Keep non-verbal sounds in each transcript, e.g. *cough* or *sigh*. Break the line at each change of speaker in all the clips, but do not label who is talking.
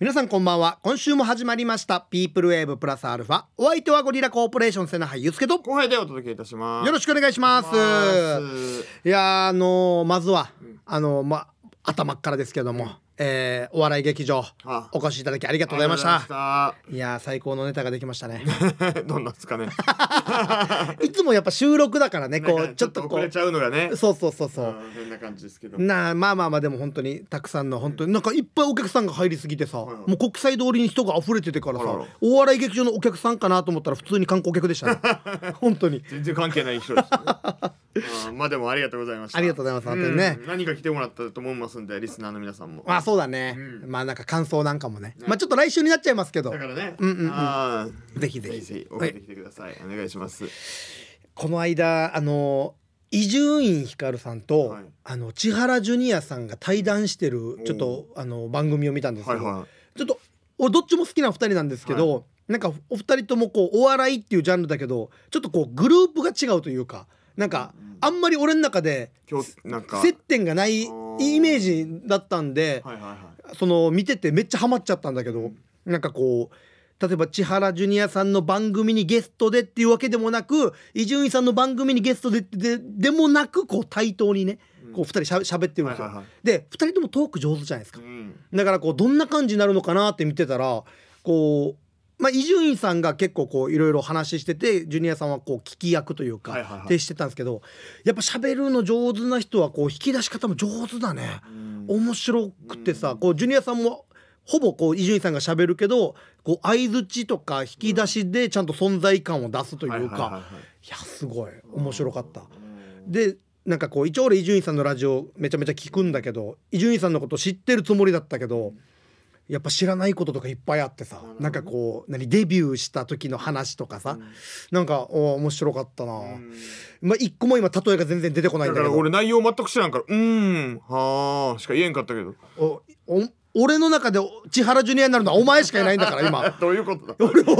皆さんこんばんは今週も始まりました「ピープルウェーブプラスアルファ」お相手はゴリラコーポレーション瀬名俳優助とよ
後輩でお届けいたします。
ろしくお願いします
お願いしま
い
す
やーあのーまずは、あのーま頭っからですけども、えーお笑い劇場
あ
お越しいただきありがとうございました
あ
いやー最高のネタができましたね
りがとうございました。 *laughs* どんなんですかね。
いつもやっぱ収録だからね *laughs* こ
なん
う
か
ちょっとこ
遅れちゃうのがね *laughs*
う。そうそうそうそう、
うん変な感じですけど。
なあまあまあまあでも本当にたくさんの本当になんかいっぱいお客さんが入りすぎてさ、
ん
もう国際通りに人が溢れててからさ
あらら
お笑い劇場のお客さんかなと思ったら普通に観光客でしたね本当に
全然関係ない人です、ねうん。 *laughs* まあでもありがとうございました。
ありがとうございます本当にね
うん何か来てもらったと思いますんで、リスナーの皆さんも。
まあそうだね、まあなんか感想なんかもねまあちょっと来週になっちゃいますけど
だからね。
うんうんうん
あー
ぜひぜひ
ぜひ送ってきてください。お願いします。
この間あの伊集院光さんと、
はい
あの千原ジュニアさんが対談してるちょっとあの番組を見たんですけ
はい
ど、
は
ちょっと俺どっちも好きな2人なんですけど、なんかお二人ともこうお笑いっていうジャンルだけどちょっとこうグループが違うというかなんかあんまり俺の中で
い。今日なんか。
接点がないイメージだったんで、
はいはいはい。
その見ててめっちゃハマっちゃったんだけどなんかこう例えば千原ジュニアさんの番組にゲストでっていうわけでもなく伊集院さんの番組にゲストでってででもなくこう対等にねこう2人しゃべしゃべってるんですよ。
はいはいはい
で2人ともトーク上手じゃないですか
う。ん。
だからこうどんな感じになるのかなって見てたらこうまあ伊集院さんが結構こういろいろ話しててジュニアさんはこう聞き役という
はいはい
か
はい
でしてたんですけどやっぱ喋るの上手な人はこう引き出し方も上手だね
ん
面白くてさこうジュニアさんもほぼこう伊集院さんが喋るけどこう相槌とか引き出しでちゃんと存在感を出すという
はいはいはい
か
はい
いやすごい面白かった。でなんかこう一応俺伊集院さんのラジオめちゃめちゃ聞くんだけど伊集院さんのこと知ってるつもりだったけどやっぱ知らないこととかいっぱいあってさなんかこう何デビューした時の話とかさなんかお面白かったな、まあ一個も今例えが全然出てこないん
だ
だ
か
け
ら
ど
俺内容全く知らんから「うーんはあ」しか言えんかったけど
おお俺の中で千原ジュニアになるのはお前しかいないんだから *laughs* 今
どういうことだ
俺を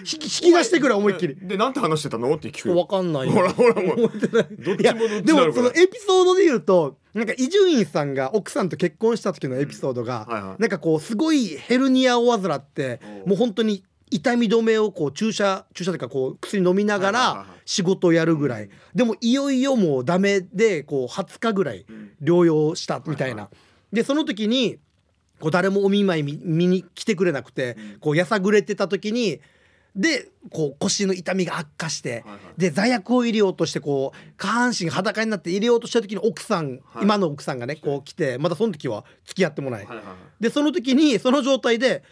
引き引き出してくれ思いっきり。
でなんて話してたのって聞く
わ
よ
かんないよ
ほらほらもうどっ
いや
ちもどっ
で
ちな
も
の
そ
か
の
な
エピソードで言うとなんか伊集院さんが奥さんと結婚した時のエピソードが、
うんはいはい
なんかこうすごいヘルニアを患って
おう
もう本当に痛み止めをこう注射注射というかこう薬飲みなが
はいはい
ら
はい
仕事をやるぐらい、でもいよいよもうダメでこう20日ぐらい療養したみたいな。でその時にこう誰もお見舞い見見に来てくれなくて、こうやさぐれてた時にでこう腰の痛みが悪化して、
はいはい
で座薬を入れようとしてこう下半身裸になって入れようとした時に奥さん、
はい
今の奥さんがねこう来てまだその時は付き合ってもない、
はいはいはい
でその時にその状態で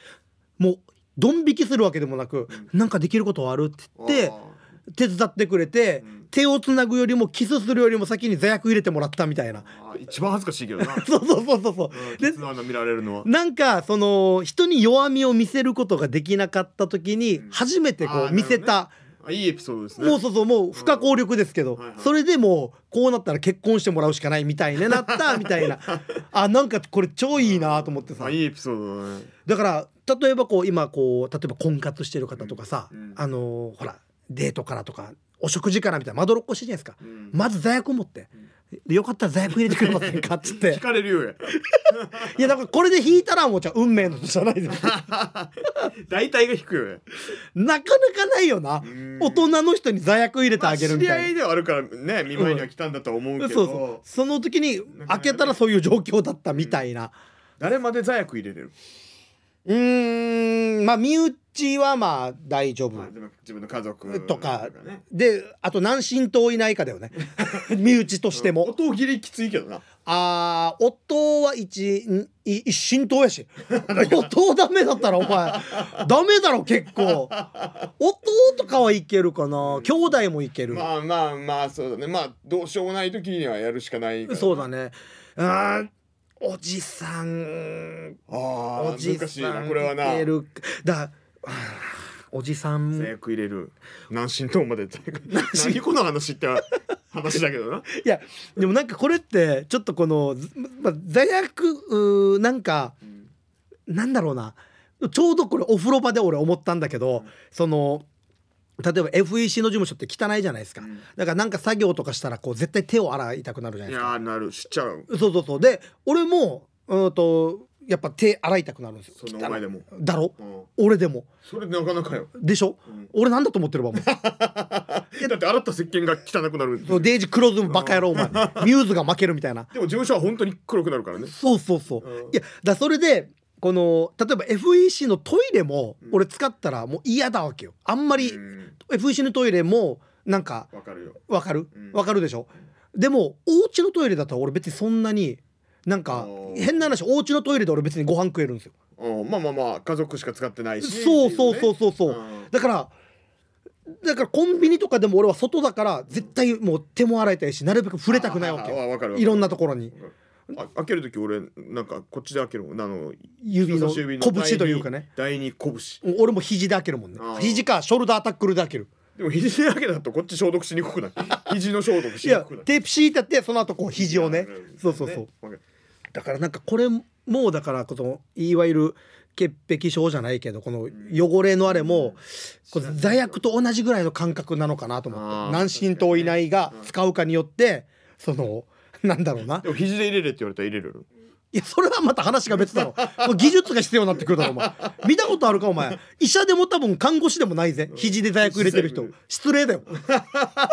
もうドン引きするわけでもなく、なんかできることはあるって言って
あ
手伝ってくれて、
ん
手をつなぐよりもキスするよりも先に座薬入れてもらったみたいな。 *laughs*
ーあー一番恥ずかしいけどな
そうそうそうそうそう、で
ケツの穴見られるのは
なんかその人に弱みを見せることができなかった時に初めて
あ
こ
ー
う見せた、
あいいエピソードですね
もうそうそうもう不可抗力ですけど、
はいはい
それでもうこうなったら結婚してもらうしかないみたいになったみた
*laughs*
いなあなんかこれ超いいなと思ってさ
あいいエピソードだね
だから例えばこう今こう例えば婚活してる方とかさ、
うんうん
あのーほらデートからとかお食事からみたいなまどろっこしいじゃないですか、
ん
まず座薬を持って、でよかったら座薬入れてくれません
*laughs*
かっつって
聞かれるよや
いやだからこれで引いたらもうじゃあ運命の人じゃない
*laughs*
ですか
大体が引くよや
なかなかないよな大人の人に座薬入れて
ま
あ
あ
げ
知
るみ
り
た
合
い
い
な、
ではあるからね見舞いには来たんだとは思うけ
そう
ど、
そうその時に開けたらそういう状況だったみたいな
誰まで座薬入れれる、
うーんまあ身内はまあ大丈夫、
まあでも自分の家族
とか
ね
であと何親等いないかだ
*laughs*
よね身内としても、
音切りきついけどな
ああ夫は一んい一親等や
*laughs*
し夫ダメだったらお前ダメだろ結構夫とかはいけるかな兄弟もいける、
まあまあまあそうだねまあどうしようもない時にはやるしかないから
そうだねあーおじさん
あ
お
あ
じ
難しい
さ
なんこれはない
けるだあーおじさん
最悪入れる南進党まで最
*laughs*
悪
進
何この話って話だ
*laughs*
けどな
いやでもなんかこれってちょっとこの、ずま、罪悪うーなんか、なんだろうなちょうどこれお風呂場で俺思ったんだけど、その例えば FEC の事務所って汚いじゃないですか、だからなんか作業とかしたらこう絶対手を洗いたくなるじゃない
い
ですか
やーなるしちゃう
そうそうそうで俺もうんとやっぱ手洗いたくなるんですよ
そんなお前でも、
だろ
うん、
俺でも
それなかなかよ、
でしょ
うん
俺なんだと思ってるわもう
だって洗った石鹸が汚くなる
そうデイジー黒ずむバカ野郎お前ミューズが負けるみたいな
でも事務所は本当に黒くなるからね
そうそうそうい
うん
やだそれでこの例えば FEC のトイレも
うん
俺使ったらもう嫌だわけよあんまり
うん
FEC のトイレもなんか
わかるよ
わかる
うん
わかるでしょでもお家のトイレだと俺別にそんなになんか
おー
変な話お家のトイレで俺別にご飯食えるんですよ
うんまあまあまあ家族しか使ってないし
そうそうそう
っていね
そうそう、
うん
だからだからコンビニとかでも俺は外だから絶対もう手も洗いたいしなるべく触れたくないわけ
あ
よ
あわかるわかる
いろんなところに
あ開ける時俺なんかこっちで開けるもんあの
指の
人差し
拳
指
というかね
第二第二拳
俺も肘で開けるもんね
あー
肘かショルダータックルで開ける
でも肘だけだとこっち消毒しにくく
*laughs*
ない肘の消毒し
い
に
や
くくない
テープ敷いてあってその後こう肘をね
なる
そうそうそう、
ねわかる
だからなんかこれもうだからこのいわゆる潔癖症じゃないけどこの汚れのあれもこう罪悪と同じぐらいの感覚なのかなと思って
あー
何神党以内が使うかによってそのなんだろうな
でも肘で入れれって言われたら入れれる
いやそれはまた話が別だろもう技術が必要になってくるだろお前見たことあるかお前医者でも多分看護師でもないぜ肘で罪悪入れてる人失礼だよ *laughs*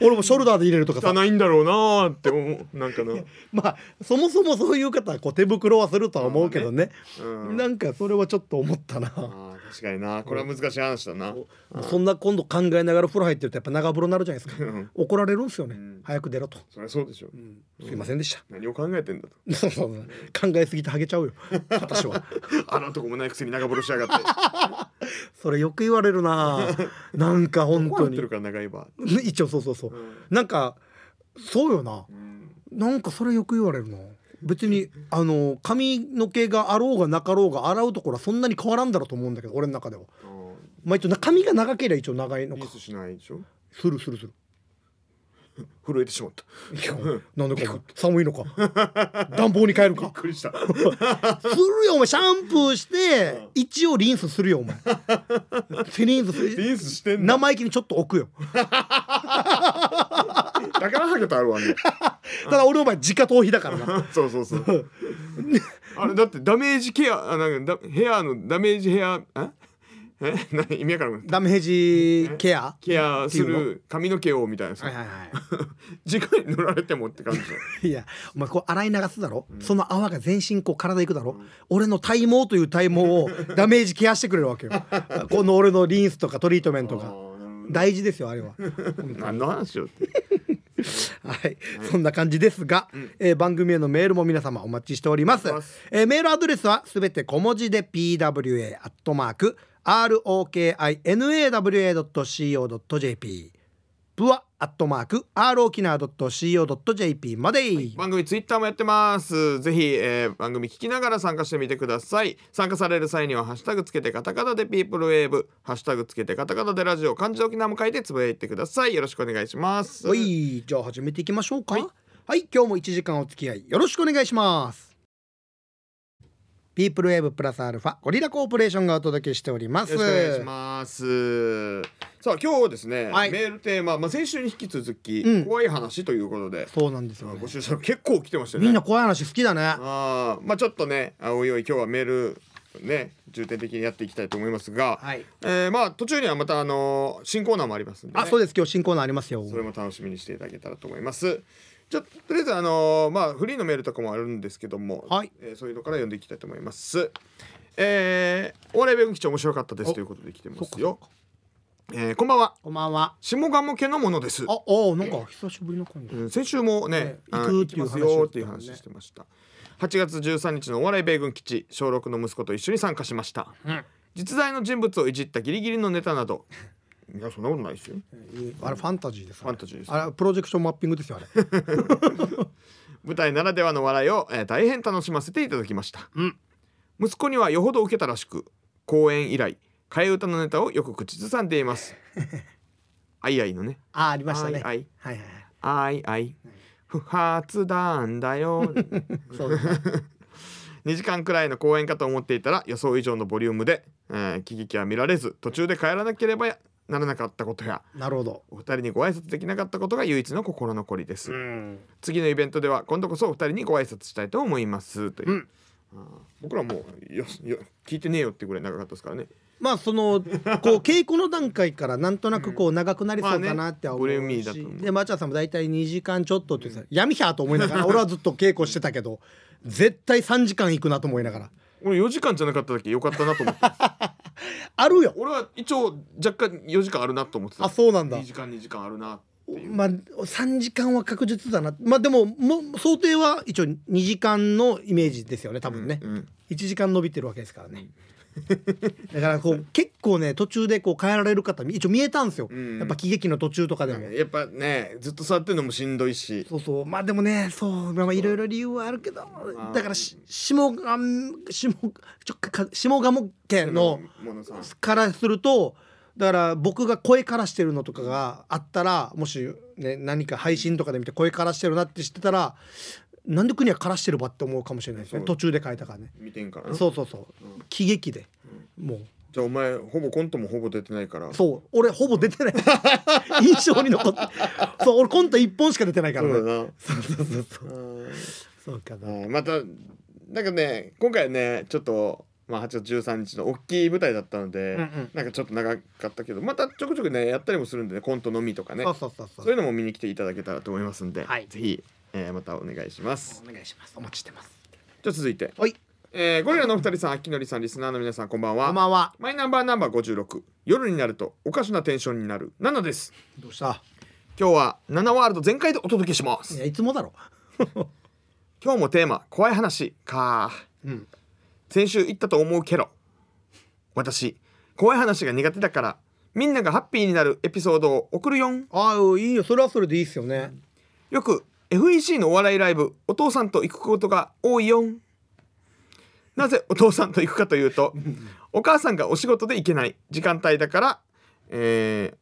俺もショルダーで入れるとかさ
汚いんだろうなーって思うなんかな、
まあそもそもそういう方はこう手袋はするとは思うけどね
うん、
なんかそれはちょっと思ったな、
あー確かになこれは難しい話だな、
そんな今度考えながら風呂入ってるとやっぱ長風呂になるじゃないですか
うん
怒られるんですよね、
うん
早く出ろと、
そりゃそうでしょ
すいませんでした、
何を考えてんだと
*laughs*
*laughs*
そうそうそう考えすぎてハゲちゃうよ私は
あのとこもないくせに長風呂しやが
*laughs*
って
それよく言われるななんか本当
壊れ
に
てるから長いば、
*laughs* 一応そうそうそう、なんかそうよななんかそれよく言われるな別にあの髪の毛があろうがなかろうが洗うところはそんなに変わらんだろうと思うんだけど俺の中ではまあ一応な髪が長ければ一応長いの
リ
か
ースしないでしょ
するするする
震えてしまった
いや *laughs* なんでかお前寒いのか暖房に変える
びっ
か
くりした
するよお前シャンプーして一応リンスするよお前セリンスする
リースしてんだ
生意気にちょっと置くよ
だからハゲとあるわね
ただ俺お前直頭皮だからな
そうそうそう *laughs* あれだってダメージケアあなんかだヘアのダメージヘアあえ何意味わからん
ダメージケア
ケアす
って
る髪の毛をみた
は
いな
い
さ
はいはい
*laughs* 時間に乗られてもって感じ
*laughs* いやお前こう洗い流すだろ、その泡が全身こう体いくだろ、俺の体毛という体毛 *laughs* をダメージケアしてくれるわけよこの俺のリンスとかトリートメントが大事ですよあ *laughs* れは
何の話よって
はい、そんな感じですが、えー番組へのメールも皆様お待ちしております
お待ちして
えーメールアドレスはすべて小文字で pwa アットマーク rokinawa.co.jp プワアットマーク rokina.co.jp まで、
番組ツイッターもやってますぜひ、えー番組聞きながら参加してみてください参加される際には「ハッシュタグつけてカタカナでピープルウェーブ」「ハッシュタグつけてカタカナでラジオ」漢字沖縄も書いてつぶやいてくださいよろしくお願いします
はい、じゃあ始めていきましょうか。はい、今日も1時間お付き合いよろしくお願いします。ピープルウェーブプラスアルファゴリラコーポレーションがお届けしております。
よろしくお願いしますさあ今日はですね、
はい
メールテーマ、まあ、先週に引き続き、
うん
怖い話ということで、
そうなんですよ、ね
ご。出社結構来てましたね
みんな怖い話好きだね。
あーまあちょっとねあおいおい今日はメールね重点的にやっていきたいと思いますが、
はい
えーまあ途中にはまたあのー新コーナーもありますんで、ね、
あ、そうです。今日新コーナーありますよ。
それも楽しみにしていただけたらと思いますじゃとりあえずあのーまあフリーのメールとかもあるんですけども、
はい
えーそういうのから読んでいきたいと思いますえー、お笑い弁護士長面白かったですということで来てますよえーこんばんは
こんばんは。
下鴨家のものです
あ、おー、なんか久しぶりの感じ。
うん先週もね
ね、行
あ
く
行
って
き
いう
ますよっていう話してました。8月13日のお笑い米軍基地、小6の息子と一緒に参加しました。
うん
実在の人物をいじったギリギリのネタ
*laughs*
など。いや、そんなことないですよ。
あれファンタジーです。
ファンタジーです
あれプロジェクションマッピングですよあれ。
舞台ならではの笑いを、えー大変楽しませていただきました。
うん
息子にはよほど受けたらしく、公演以来、替え歌のネタをよく口ずさんで
*laughs*
います。あ *laughs* いあいのね。
あー、ありましたね。
あい
はいはい
あい。あいあい。不発弾だよ。
はい。そうですね。
*laughs* 2時間くらいの公演かと思っていたら予想以上のボリュームで、えー、喜劇は見られず途中で帰らなければならなかったことや
なるほど。
お二人にご挨拶できなかったことが唯一の心残りです、
ん。
次のイベントでは今度こそお二人にご挨拶したいと思いますという、
うん
僕らもうよよ聞いてねえよってぐらい長かったですからね
まあそのこう稽古の段階からなんとなくこう長くなりそうかなっては思うし、
まあねボリューミーだと思う
でマチャさんも大体2時間ちょっとってさ、闇ひゃーと思いながら俺はずっと稽古してたけど絶対3時間いくなと思いながら
俺4時間じゃなかっただけよかったな *laughs* と思って
あるよ
俺は一応若干4時間あるなと思ってた
あそうなんだ
2時間2時間あるなっていう
まあ3時間は確実だなまあでもも想定は一応2時間のイメージですよね多分ね、
うん
1時間伸びてるわけですからねだからこう結構ね途中でこう変えられる方一応見えたんですよ、
うん
やっぱ喜劇の途中とかでも、
やっぱねずっと座ってるのもしんどいし
そうそうまあでもねそうまあまあいろいろ理由はあるけど
あー
だからし下が下ちょか下鴨県の
ものさん
からするとだから僕が声からしてるのとかがあったらもし、ね、何か配信とかで見て声からしてるなって知ってたらなんで国はからしてるばって思うかもしれないですね
そう
途中で変えたからね
見てんからな
そうそうそう喜劇でもう
じゃあお前ほぼコントもほぼ出てないから
そう俺ほぼ出て
*laughs*
ない印象に残ってそう俺コント1本しか出てないからね
そうだな
そうそうそうそう
うん
そうかな
はいまたなんかね今回ねちょっと、まあ、8月13日の大きい舞台だったので、
うんうん
なんかちょっと長かったけどまたちょくちょくねやったりもするんでねコントのみとかね
そうそうそうそう
そういうのも見に来ていただけたらと思いますんで、
はい
ぜひ、えーまたお願いします。
お願いしますお待ちしてます
じゃあ続いて、
はい
えーゴリラのお二人さん秋のりさんリスナーの皆さんこんばんは。
こんばんは
マイナンバーナンバー56夜になるとおかしなテンションになる7です
どうした
今日は7ワールド全開でお届けします
いやいつもだろ
今日もテーマ怖い話か、
うん
先週言ったと思うけど私怖い話が苦手だからみんながハッピーになるエピソードを送るよん
ああいいよそれはそれでいいっすよね
よく FEC のお笑いライブお父さんと行くことが多いよんなぜお父さんと行くかというとお母さんがお仕事で行けない時間帯だからえ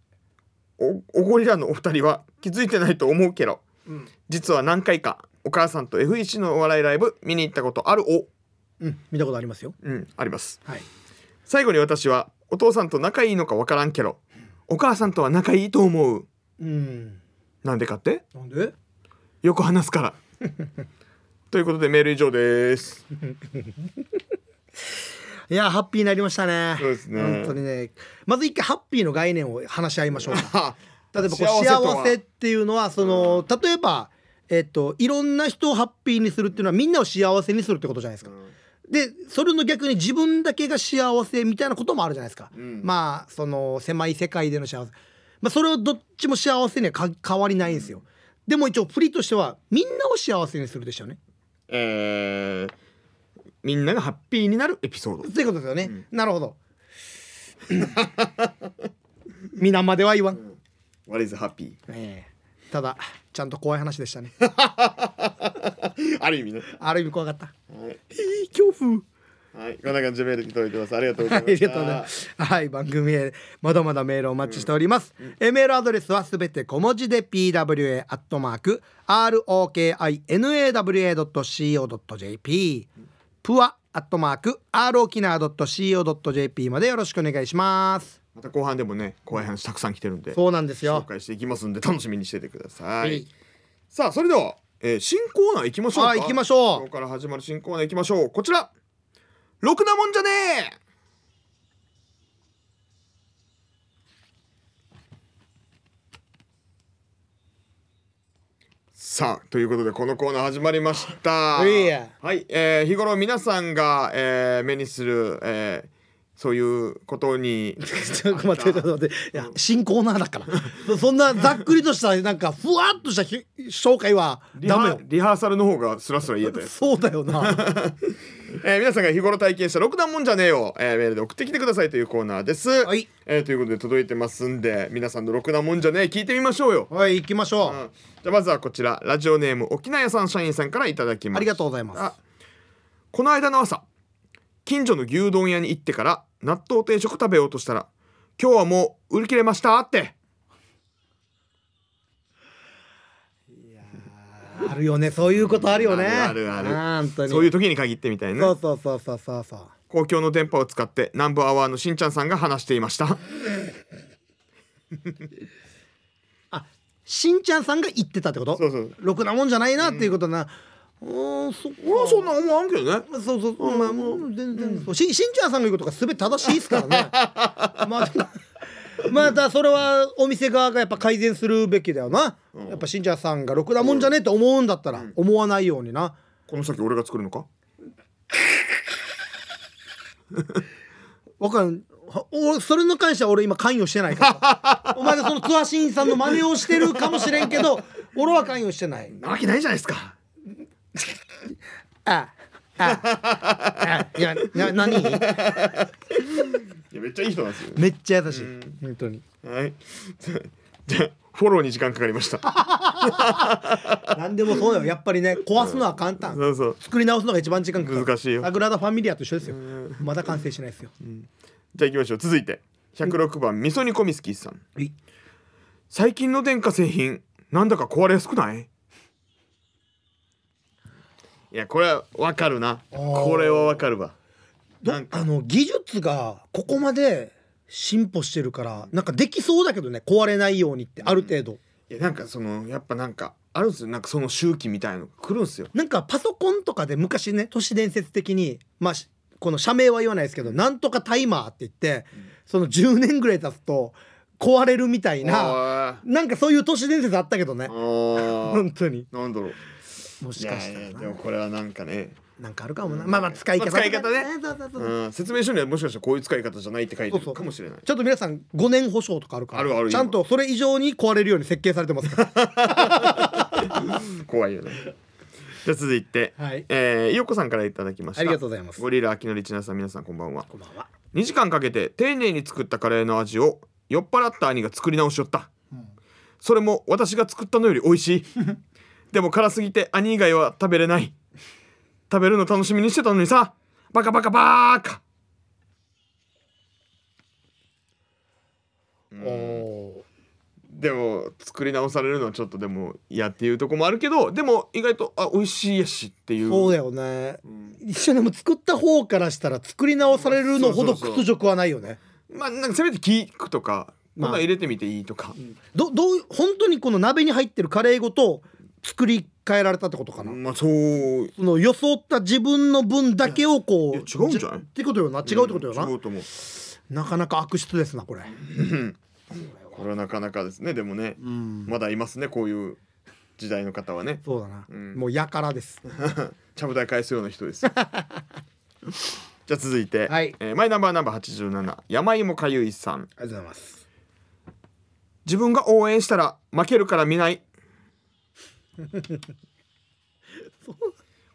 ーおおゴリラのお二人は気づいてないと思うけど
うん、
実は何回かお母さんと FEC のお笑いライブ見に行ったことあるお
うん、見たことありますよ
うんあります
はい
最後に私はお父さんと仲いいのかわからんけどお母さんとは仲いいと思う
うん
なんでかって
なんで
よく話すから *laughs* ということでメール以上です
いやハッピーになりましたね
そうですね
本当にねまず一回ハッピーの概念を話し合い
*laughs*
ましょうか
は
例えばこう幸
幸せ
せ
とは
っていうのはその例えばえっといろんな人をハッピーにするっていうのはみんなを幸せにするってことじゃないですか、でそれの逆に自分だけが幸せみたいなこともあるじゃないですか、
うん
まあその狭い世界での幸せ、まあ、それをどっちも幸せにはか変わりないんですよ、でも一応プリとしてはみんなを幸せにするでしょうね
えー、みんながハッピーになるエピソード
ということですよね、なるほど皆までは言わん、
What is happy?
ええただちゃんと怖い話でした *laughs* ね
*laughs* ある意味ね
ある意味怖かった
はい、
いい恐怖
はい、こんな感じでメール来ておいてますありがとうござ
はい *laughs* い、あ
ま
り
し
が
た
とうございます。はい、番組へまだまだメールをお待ちしております。えメールアドレスはすべて小文字で p w a アットマーク r o k i n a w a ドット c o ドット j p プアアットマーク r 沖縄ドット c o ドット j p までよろしくお願いします。
また後半でもね怖い話たくさん来てるんで
そうなんです
紹
よ。
介していきますんで楽しみにしててください、
はい
さあそれでは、えー新コーナー行きましょうか
あ行きましょう
今日から始まる新コーナー行きましょうこちらろくなもんじゃねえさあということでこのコーナー始まりました
いや
はい、えー日頃皆さんが、えー目にする、えーそういうことに
ちょ *laughs* っと待ってちょっと待っていや新コーナーだからそそんなざっくりとしたなんかふわっとしたひ紹介は
リハ
ダメよ
リハーサルの方がスラスラ言えたやつ
そうだよ
*laughs*
な
えー皆さんが日頃体験したろくなもんじゃねえよ、えーメールで送ってきてくださいというコーナーです。
はい
えーということで届いてますんで皆さんのろくなもんじゃねえ聞いてみましょうよ。
はい行きましょう、
うんじゃあまずはこちらラジオネーム沖縄さん社員さんからいただきます。
ありがとうございます
あこの間の朝近所の牛丼屋に行ってから納豆定食食べようとしたら「今日はもう売り切れました」って
あるよねそういうことあるよね
あるあるあ
本当
る
に
そういう時に限ってみたい
そ
な
うそうそうそうそうそう
公共の電波を使って南部アワーのしんちゃんさんが話していま
*laughs*
した。
あしんちゃんさんが言ってたってこと
そうそう
ろくなもんじゃないなっていうことな、うんそ
俺はそんな思わんけどね
まあそうそう、まあもう全然そうししんちゃんさんの言うことが全て正しいですからね *laughs* まあでもまあだそれはお店側がやっぱ改善するべきだよな、やっぱしんちゃんさんがろくなもんじゃねえと思うんだったら思わないようにな、
この先俺が作るのか
わかるは俺それに関しては俺今関与してないから *laughs* お前がそのツアーシンさんの真似をしてるかもしれんけど *laughs* 俺は関与してない
なわけないじゃないですか
あああああいやな何
いやめっちゃいい人なんですよ
*laughs* めっちゃ優しい本当に
はいじゃあフォローに時間かかりました
何でもそうよやっぱりね壊すのは簡単、
そうそう
作り直すのが一番時間かかる
難しいよ
サグラダ・ファミリアと一緒ですよまだ完成しないですよ、
じゃあ行きましょう続いて106番味噌煮込み好きさん
はい
最近の電化製品なんだか壊れやすくないいやこれはわかるな
ー
これはわかるわ
ど
なん
あの技術がここまで進歩してるからなんかできそうだけどね壊れないようにってある程度、
いやなんかそのやっぱなんかあるんですよなんかその周期みたいのが来るんですよ
なんかパソコンとかで昔ね都市伝説的にまあしこの社名は言わないですけどなんとかタイマーって言ってその10年ぐらい経つと壊れるみたいな
な
なんかそういう都市伝説あったけどね本
な
当に
んだろう
もし
い
か
や
し
い
た
や
ら
で
な
もこれはなんかね、
なんかあるかもなまあまあ使い方
まあ使い方ね
そうそうそう
うん、説明書にはもしかしたらこういう使い方じゃないって書いて
そうそ
る
う
かもしれない
ちょっと皆さん5年保証とかあるから
あるある
ちゃんとそれ以上に壊れるように設計されてますから
怖いよねじゃあ続いて、
はい
えー、いよこさんからいただきました
ありがとうございます
ゴリラ秋のりちなさん皆さんこんばんは
こんばんは
2時間かけて丁寧に作ったカレーの味を酔っ払った兄が作り直しよった、それも私が作ったのより美味し
*laughs*
いでも辛すぎて兄以外は食べれない食べるの楽しみにしてたのにさバカバカバーカ
おお
でも作り直されるのはちょっとでも嫌っていうとこもあるけどでも意外とあ美味しいやしっていう
そうだよね、一緒にも作った方からしたら作り直されるのほど
そうそうそう
屈辱はないよね
まあなんかせめて聞くとか、
まあ
こんなん入れてみていいとか、
どどう本当にこの鍋に入ってるカレーごと作り変えられたってことかな、
まあそうい
その装った自分の分だけをこう
やいや違うんじゃない
ってことよな違うってことよな、
違うと思う
なかなか悪質ですなこれ
これはなかなかですねでもね、
ん
まだいますねこういう時代の方はね
そうだな、
ん
もうやからです
ちゃぶ台返すような人で
*laughs*
すよじゃあ続いて、
はい
えーマイナンバーナンバー87山芋かゆいさ
あ
ん
りがとうございます
自分が応援したら負けるから
*laughs*
見ない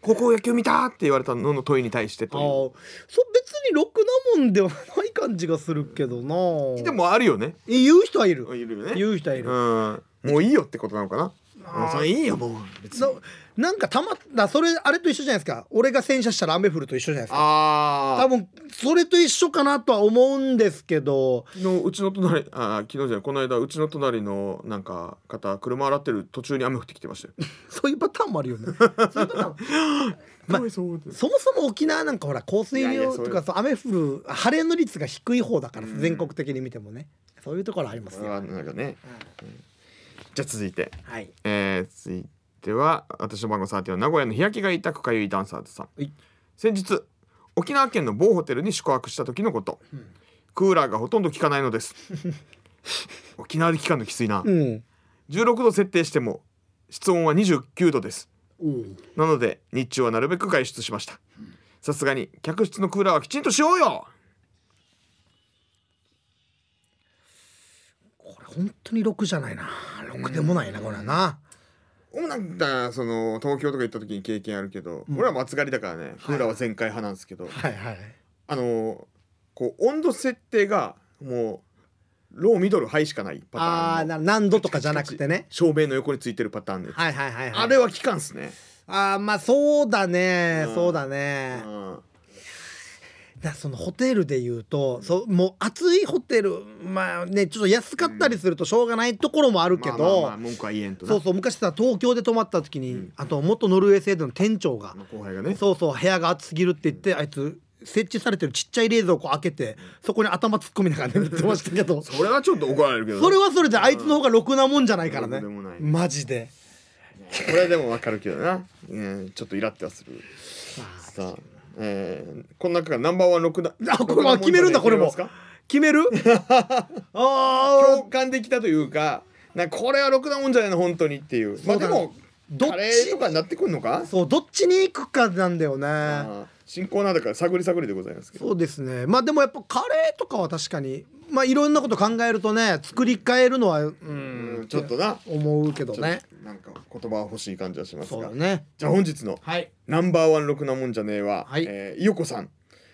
高校野球見たって言われたのの問いに対して
ああ
と
そう別にろくなもんではない感じがするけどな
いうでもあるよね
え言う人はいる
いるよね
言う人はいる、
うんもういいよってことなのかなもうそれいいよもう別に
そうなんかたまだそれあれと一緒じゃないですか俺が洗車したら雨降ると一緒じゃないですか
あ
多
あ
分それと一緒かなとは思うんですけど
昨日うちの隣あー昨日じゃないこの間うちの隣のなんか方車洗ってる途中に雨降ってきてました *laughs* よ
そういうパターンもあるよねそういうパターン
*laughs*
もま
かわいそうって
そもそも沖縄なんかほら降水
いやいや
量
そう
とかそう雨降る晴れの率が低い方だから全国的に見てもねそういうところありますよ
あーなんかね、うんじゃあ続いて
はい
えー、続いては私の番号3は名古屋の日焼けが痛くかゆいダンサーズさん、
はい
先日沖縄県の某ホテルに宿泊した時のこと、クーラーがほとんど効かないのです *laughs* 沖縄で効かんのきついな、
うん
16度設定しても室温は29度です
おう
なので日中はなるべく外出しましたさすがに客室のクーラーはきちんとしようよ
これ本当に6じゃないな6でもないなこれはな
俺なんかその東京とか行った時に経験あるけど、俺はもう暑がりだからねクーラーは全開派なんですけど、
はいはい
あのこう温度設定がもうローミドルハイしかないパタ
あ
ー
あ
ンの
な何度とかじゃなくてね
照明の横についてるパターンで、
はいはいはい、はい、
あれは効かんっすね、
あーまあそうだね、
うん
そうだ
う
ね、
ん、
だからそのホテルで言うと、そうもう暑いホテルまあねちょっと安かったりするとしょうがないところもあるけど、
まあまあまあ文句は言えんとな
そうそう昔さ東京で泊まった時に、あと元ノルウェー制度の店長が
あ、の後輩がね
そうそう部屋が暑すぎるって言って、あいつ設置されてるちっちゃい冷蔵庫開けてそこに頭突っ込みながら寝てましたけど
それはちょっと怒られるけど
それはそれであいつの方がろくなもんじゃないからね、
ろくでもない
マジで
これでもわかるけどな、うん、ちょっとイラってはするさあ、えー、この中からナンバーワン六段
あこれは決めるんだこれも
決めますか
決める *laughs* ああ
共感できたというかなんかこれは六段もんじゃないの本当にっていうま
そう
あ
だ
で
ね
も
どっ
カレー
ち
とかになってくんのか
そうどっちに行くかなんだよね
あー進行なんだから探り探りでございますけど
そうですねまあでもやっぱカレーとかは確かにまあいろんなこと考えるとね作り変えるのはう
うん
ん
ちょっとな
思うけど
ちょっ
ね
となんか言葉は欲しい感じはします
そう
が
だね
じゃあ本日の
はい
ナンバーワンろくなもんじゃねえわ、
はい
えーいよこさん、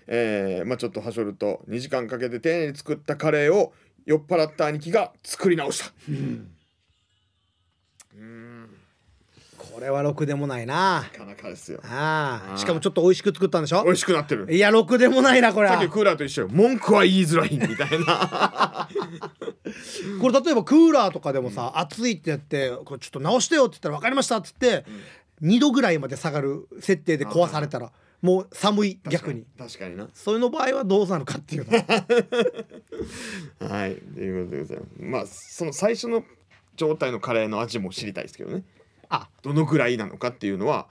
えーまあ、ちょっとはしょると2時間かけて丁寧に作ったカレーを酔っ払った兄貴が作り直したうん
これはろくでもないな
なかなかですよ
あ
あー
あしかもちょっと美味しく作ったんでしょ
美味しくなってる
いやろくでもないなこれ
さっ
は
きのクーラーと一緒よ文句は言いづらいみたいな
これ例えばクーラーとかでもさ、暑いってやってこれちょっと直してよって言ったら分かりましたって言って、2度ぐらいまで下がる設定で壊されたらもう寒い逆に
確かにな
それの場合はどうなるかっていうの
はいということでございますまあその最初の状態のカレーの味も知りたいですけどね
あ
どのぐらいなのかっていうのは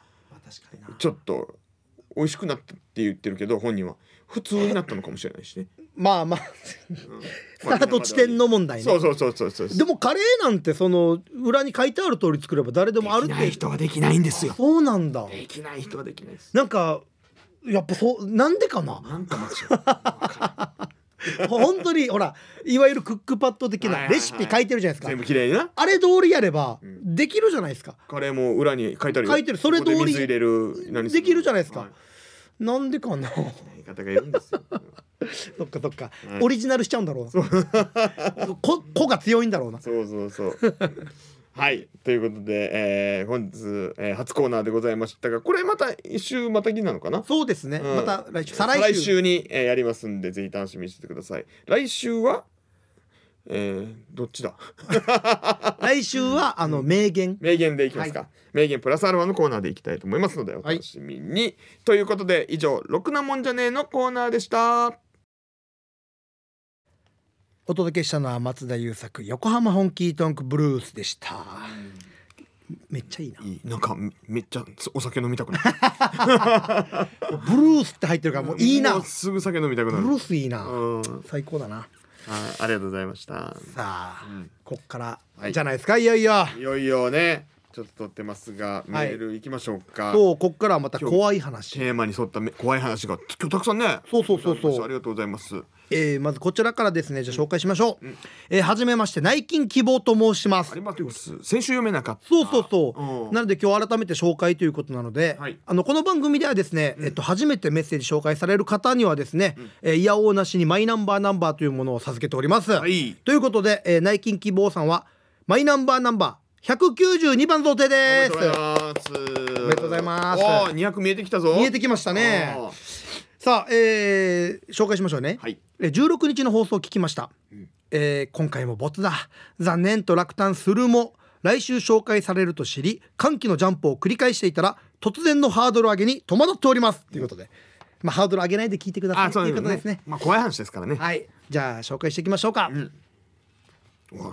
確かに
ちょっと美味しくなったって言ってるけど本人は普通になったのかもしれないしね。
まあまあス *laughs* タート地点の問題ね
そうそうそうそうそう。
でもカレーなんてその裏に書いてある通り作れば誰でもあるって
はできないんです。
そうなんだ
できない人はできないです。
なんかやっぱそうなんでかな
なんか間違
本当にほらいわゆるクックパッド的
はいは
ない
はい
レシピ書いてるじゃないですか、
全部きれいにな。
あれ通りやれば
ん
できるじゃないですか、
カレーも裏に書いてあるよ。
書いてるそれ通り
ここで水入れる何す
できるじゃないですか
は
なんでかな *laughs*
言い方がいるんですよ。
そっかそっか、
はい
オリジナルしちゃうんだろうな *laughs* こ子が強いんだろうな
そうそうそう。はいということで、えー、本日、えー、初コーナーでございましたがこれまた一週またぎなのかな
そうですね、
うん
また来週再
再
来
来
週
週に、えーやりますんでぜひ楽しみにしててください来週はえーどっちだ
来週はあの名言
名言でいきますか、名言プラスアルファのコーナーでいきたいと思いますのでお楽しみに、ということで以上「ろくなもんじゃねえ」のコーナーでした
お届けしたのは松田優作横浜本気トンクブルースでした、めっちゃいいない
いなんかめめっちゃお酒飲みたくなる *laughs*
ブルースって入ってるからもういいな
もうすぐ酒飲みたく
ブ
な
ル
る
ースいいな、
うん
最高だな
あありがとうございました
さあ、
ん
こっから、
はい
じゃないですかいよいよ
いよいよねちょっと撮ってますがメールいきましょうか、
そうこっからはまた
今日
怖い話
テーマに沿っため怖い話が今日たくさんね
そうそうそうそう
いただきましたありがとうございます
えーまずこちらからですねじゃあ紹介しましょう、えーはじめまして内勤希望と申します
ありがとうございます先週読めなかった
そうそうそう、
うん
なので今日改めて紹介ということなので、
はい
あのこの番組ではですね、えっと、初めてメッセージ紹介される方にはですね、えーいやおうなしにマイナンバーナンバーというものを授けております、
はい
ということで、えー内勤希望さんはマイナンバーナンバー192番贈呈
お
で
めですとうございますお
めでとうございます
おー200見えてきたぞ
見えてきましたね
あー
さあ、えー紹介しましょうね、
はい
えー16日の放送を聞きました、えー今回もボツだ残念と落胆するも来週紹介されると知り歓喜のジャンプを繰り返していたら突然のハードル上げに戸惑っておりますということで、まあ、ハードル上げないで聞いてください
あそ
と
う
い
いう
こ
うこと
で
とですす
ね
ねまあ怖い話ですからね、
はいじゃあ紹介していきましょうか、
おい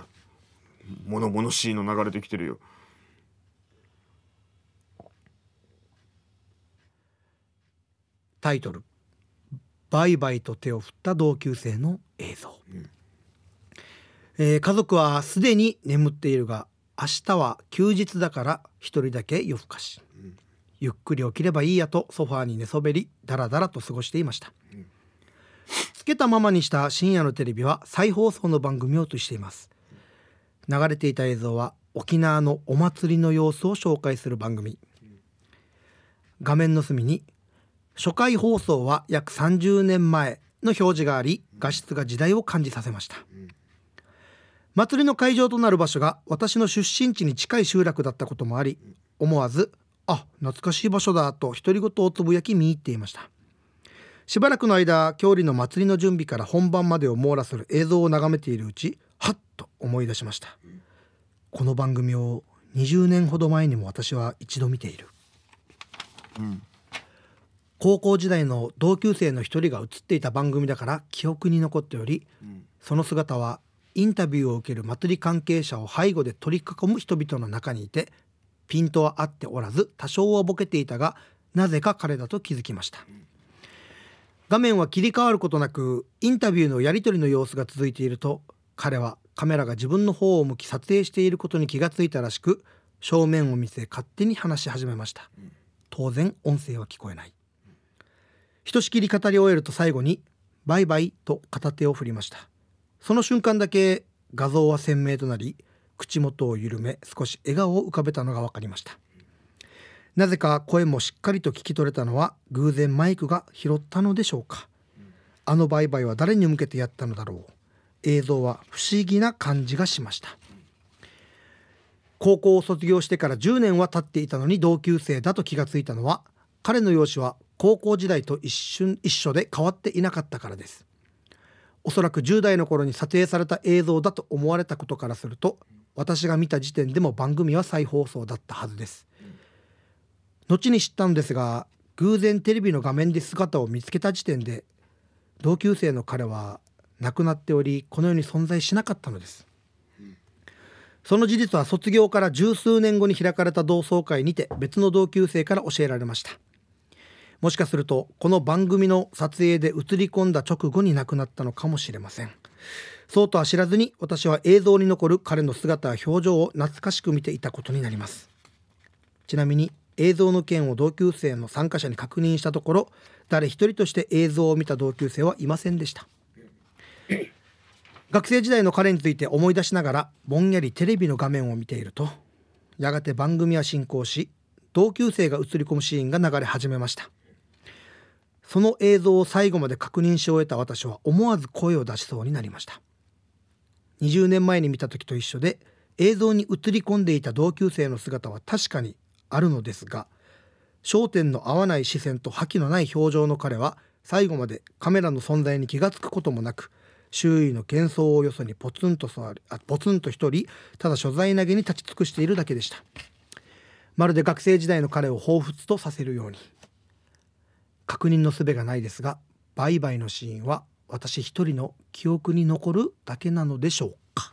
物々しいの流れてきてるよ
タイトル「バイバイと手を振った同級生の映像」えー家族はすでに眠っているが明日は休日だから一人だけ夜更かし、ゆっくり起きればいいやとソファーに寝そべりだらだらと過ごしていました、つけたままにした深夜のテレビは再放送の番組をとしています流れていた映像は沖縄のお祭りの様子を紹介する番組画面の隅に初回放送は約30年前の表示があり画質が時代を感じさせました、祭りの会場となる場所が私の出身地に近い集落だったこともあり思わず「あ懐かしい場所だ」と独り言をつぶやき見入っていましたしばらくの間郷里の祭りの準備から本番までを網羅する映像を眺めているうちはっと思い出しましたこの番組を20年ほど前にも私は一度見ている高校時代の同級生の一人が映っていた番組だから記憶に残っており、その姿はインタビューを受ける祭り関係者を背後で取り囲む人々の中にいてピントは合っておらず多少はボケていたがなぜか彼だと気づきました画面は切り替わることなくインタビューのやり取りの様子が続いていると彼はカメラが自分の方を向き撮影していることに気がついたらしく正面を見せ勝手に話し始めました当然音声は聞こえないひとしきり語り終えると最後に「バイバイ」と片手を振りましたその瞬間だけ画像は鮮明となり口元を緩め少し笑顔を浮かべたのが分かりましたなぜか声もしっかりと聞き取れたのは偶然マイクが拾ったのでしょうかあの売買は誰に向けてやったのだろう映像は不思議な感じがしました高校を卒業してから10年は経っていたのに同級生だと気がついたのは彼の容姿は高校時代と一瞬一緒で変わっていなかったからですおそらく10代の頃に撮影された映像だと思われたことからすると私が見た時点でも番組は再放送だったはずです後に知ったのですが偶然テレビの画面で姿を見つけた時点で同級生の彼は亡くなっておりこの世に存在しなかったのですその事実は卒業から十数年後に開かれた同窓会にて別の同級生から教えられましたもしかするとこの番組の撮影で映り込んだ直後に亡くなったのかもしれませんそうとは知らずに私は映像に残る彼の姿や表情を懐かしく見ていたことになりますちなみに映像の件を同級生の参加者に確認したところ誰一人として映像を見た同級生はいませんでした学生時代の彼について思い出しながらぼんやりテレビの画面を見ているとやがて番組は進行し同級生が映り込むシーンが流れ始めましたその映像を最後まで確認し終えた私は思わず声を出しそうになりました20年前に見た時と一緒で映像に映り込んでいた同級生の姿は確かにあるのですが焦点の合わない視線と覇気のない表情の彼は最後までカメラの存在に気が付くこともなく周囲の喧騒をよそにポツンと座りあポツンと一人ただ所在投げに立ち尽くしているだけでしたまるで学生時代の彼を彷彿とさせるように確認のすべがないですが売買のシーンは私一人の記憶に残るだけなのでしょうか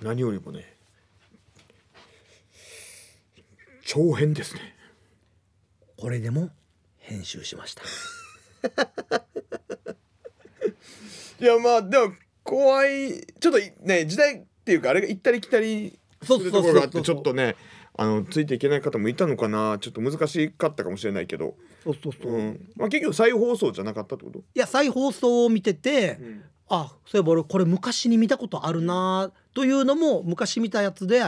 何よりもね長編ですね
これでも編集しました
いやまあでも怖いちょっといね時代っていうかあれが行ったり来たりす
そう
る
そう
ところがあって
そう
ち
そう
ょっとねあのついていけない方もいたのかなちょっと難しかったかもしれないけど、
そうそうそう、
う
い
んまあ、結局再放送じゃなかったってこと、
や再放送を見てて、あそういえば俺これ昔に見たことあるなというのも昔見たやつで、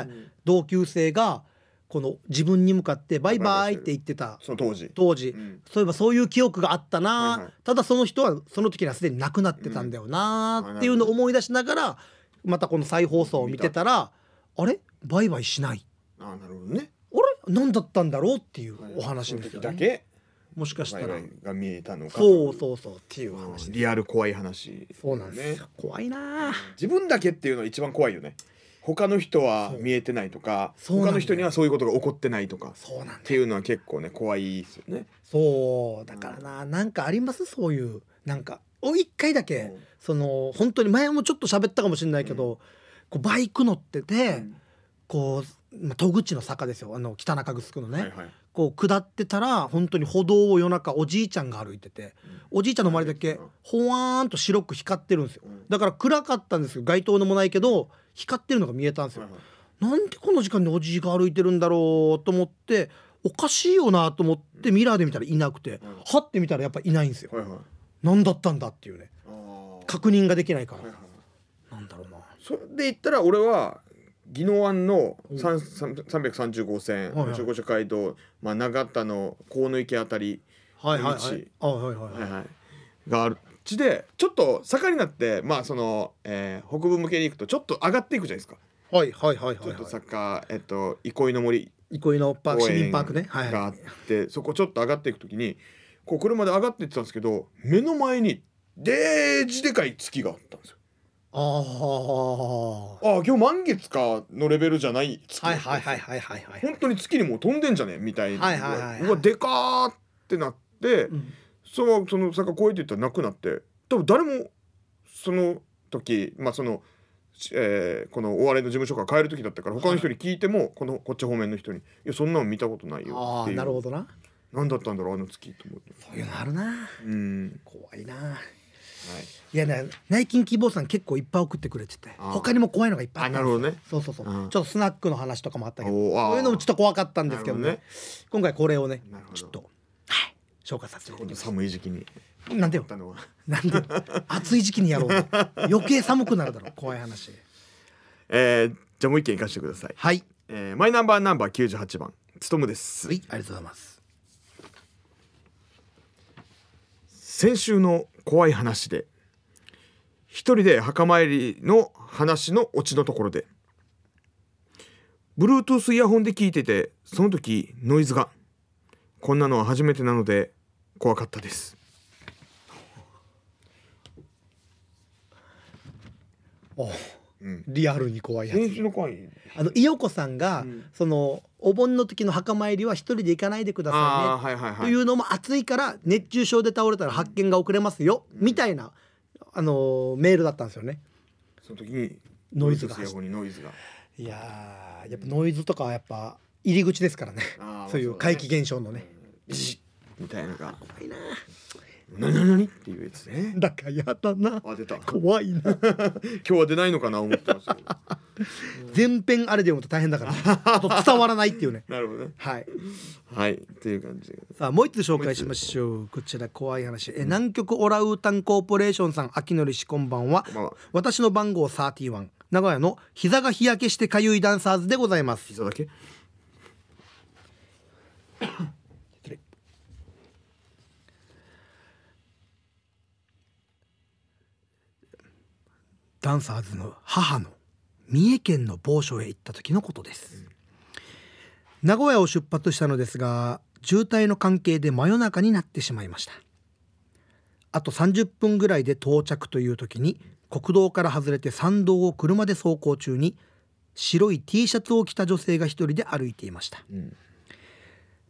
同級生がこの自分に向かって「バイバイ」って言ってた
その当時、
当時、
うん
そういえばそういう記憶があったな、
はいはい
ただその人はその時にはすでに亡くなってたんだよ
う
なんっていうのを思い出しながらまたこの再放送を見てたらあれバイバイしない
ああなるほどね
あれ何だったんだろうっていうお話です
そ
よ
の時だ
ね。
け
もしかしたら
災害が見えたのか
そう
う
そうそうっていう話
リアル怖い話
そうなんですよ、怖いなあ
自分だけっていうのは一番怖いよね他の人は見えてないとか
そうなんだ
他
よ
の人にはそういうことが起こってないとかっ
そうなんだよ
ていうのは結構ね怖いですよね
そうだからな、なんかありますそういうなんかお一回だけ、
うん
その本当に前もちょっと喋ったかもしれないけど、こうバイク乗ってて、
ん
こう、まあ、戸口の坂ですよあの北中城のね、
はいはい
こう下ってたら本当に歩道を夜中おじいちゃんが歩いてて、おじいちゃんの周りだけほわーんと白く光ってるんですよ、
うん
だから暗かったんですよ街灯のもないけど光ってるのが見えたんですよ、
はいはい
なんでこの時間におじいが歩いてるんだろうと思っておかしいよなと思ってミラーで見たらいなくて、
うん
はって見たらやっぱいないんですよ、
はいはい
何だったんだっていうね
あー
確認ができないから、
はいはい
なんだろうな
それで言ったら俺は宜野湾の三三330号線
はいはい
十五所街道、まあ、長田の河野池あたり、
はいはいは
道
いあはいはいはい、
はいはい、がある地でちょっと坂になってまあその、えー北部向けに行くとちょっと上がっていくじゃないですか
はいはいはいはい
ちょっと
は
坂、えっと、憩いの森
い憩いのパーク
公
市
園
民パ
が
ークねはい
あってそこちょっと上がっていくときにこう車で上がっていってたんですけど目の前にデージでかい月があったんですよ。
ああ
ああ今日満月かのレベルじゃない月
はいはいはいはいはいはい
本当に月にもう飛んでんじゃねえみたいな、
はいはいはいはいう
わでかーってなって、
うん
そのその坂越えていったらなくなって多分誰もその時まあそのしえーこのお笑いの事務所から変える時だったから他の人に聞いても、このこっち方面の人に「いやそんなの見たことないよ」
あ
っ
あ
ていう
なるほどな
何だったんだろうあの月と思って
そういうのあるな
うん
怖いな
はい
いやね内勤希望さん結構いっぱい送ってくれてて
あー
他にも怖いのがいっぱいあったんですよ
あなるほどね
そうそうそう、
うん
ちょっとスナックの話とかもあったけど
おーあー
そういうのもちょっと怖かったんですけどね
なるほ
今回これをね
なるほど
ちょっとはい紹介させていた
こ
だき
の
ます
寒い時期に
なんで
あ
よ
ったのは
なんでよ
*laughs*
暑い時期にやろうよ余計寒くなるだろう怖い話
えーじゃあもう一件いかしてください、
はい
えーマイナンバーナンバー98番つとむです
はいありがとうございます
先週の怖い話で一人で墓参りの話のオチのところで Bluetooth イヤホンで聞いててその時ノイズがこんなのは初めてなので怖かったです
おう
うん
リアルに怖いやつ
週の怖い
あの伊代子さんが、
うん
そのお盆の時の墓参りは一人で行かないでくだ
あ
さ
あーはいはい
いねと
はいいう
のも暑いから熱中症で倒れたら発見が遅れますよ、みたいなあのーメールだったんですよね。
その時に
ノイズが
Bluetooth イヤホンにノイズが
いやーやっぱノイズとかはやっぱ入り口ですからね
あー
そういう
まあそうだ
怪
ね
奇現象のね。
ビシッみたいなのが
怖いな
なになになにっていうやつね
だからやだな
あ出た今
怖いな
日は出ないのかな思ってましたけど *laughs*
全編あれで読むと大変だからあと伝わらないっていうね。
なるほどね
はい
はいっていう感じで
さあもう一つ紹介しましょうこちら怖い話え南極オラウータンコーポレーションさん秋のり氏こんばんは
こんばんは
私の番号31名古屋の膝が日焼けしてかゆいダンサーズでございます
膝だけ
ダンサーズの母の三重県の某所へ行った時のことです名古屋を出発したのですが渋滞の関係で真夜中になってしまいましたあと30分ぐらいで到着という時に国道から外れて山道を車で走行中に白い T シャツを着た女性が一人で歩いていました
うん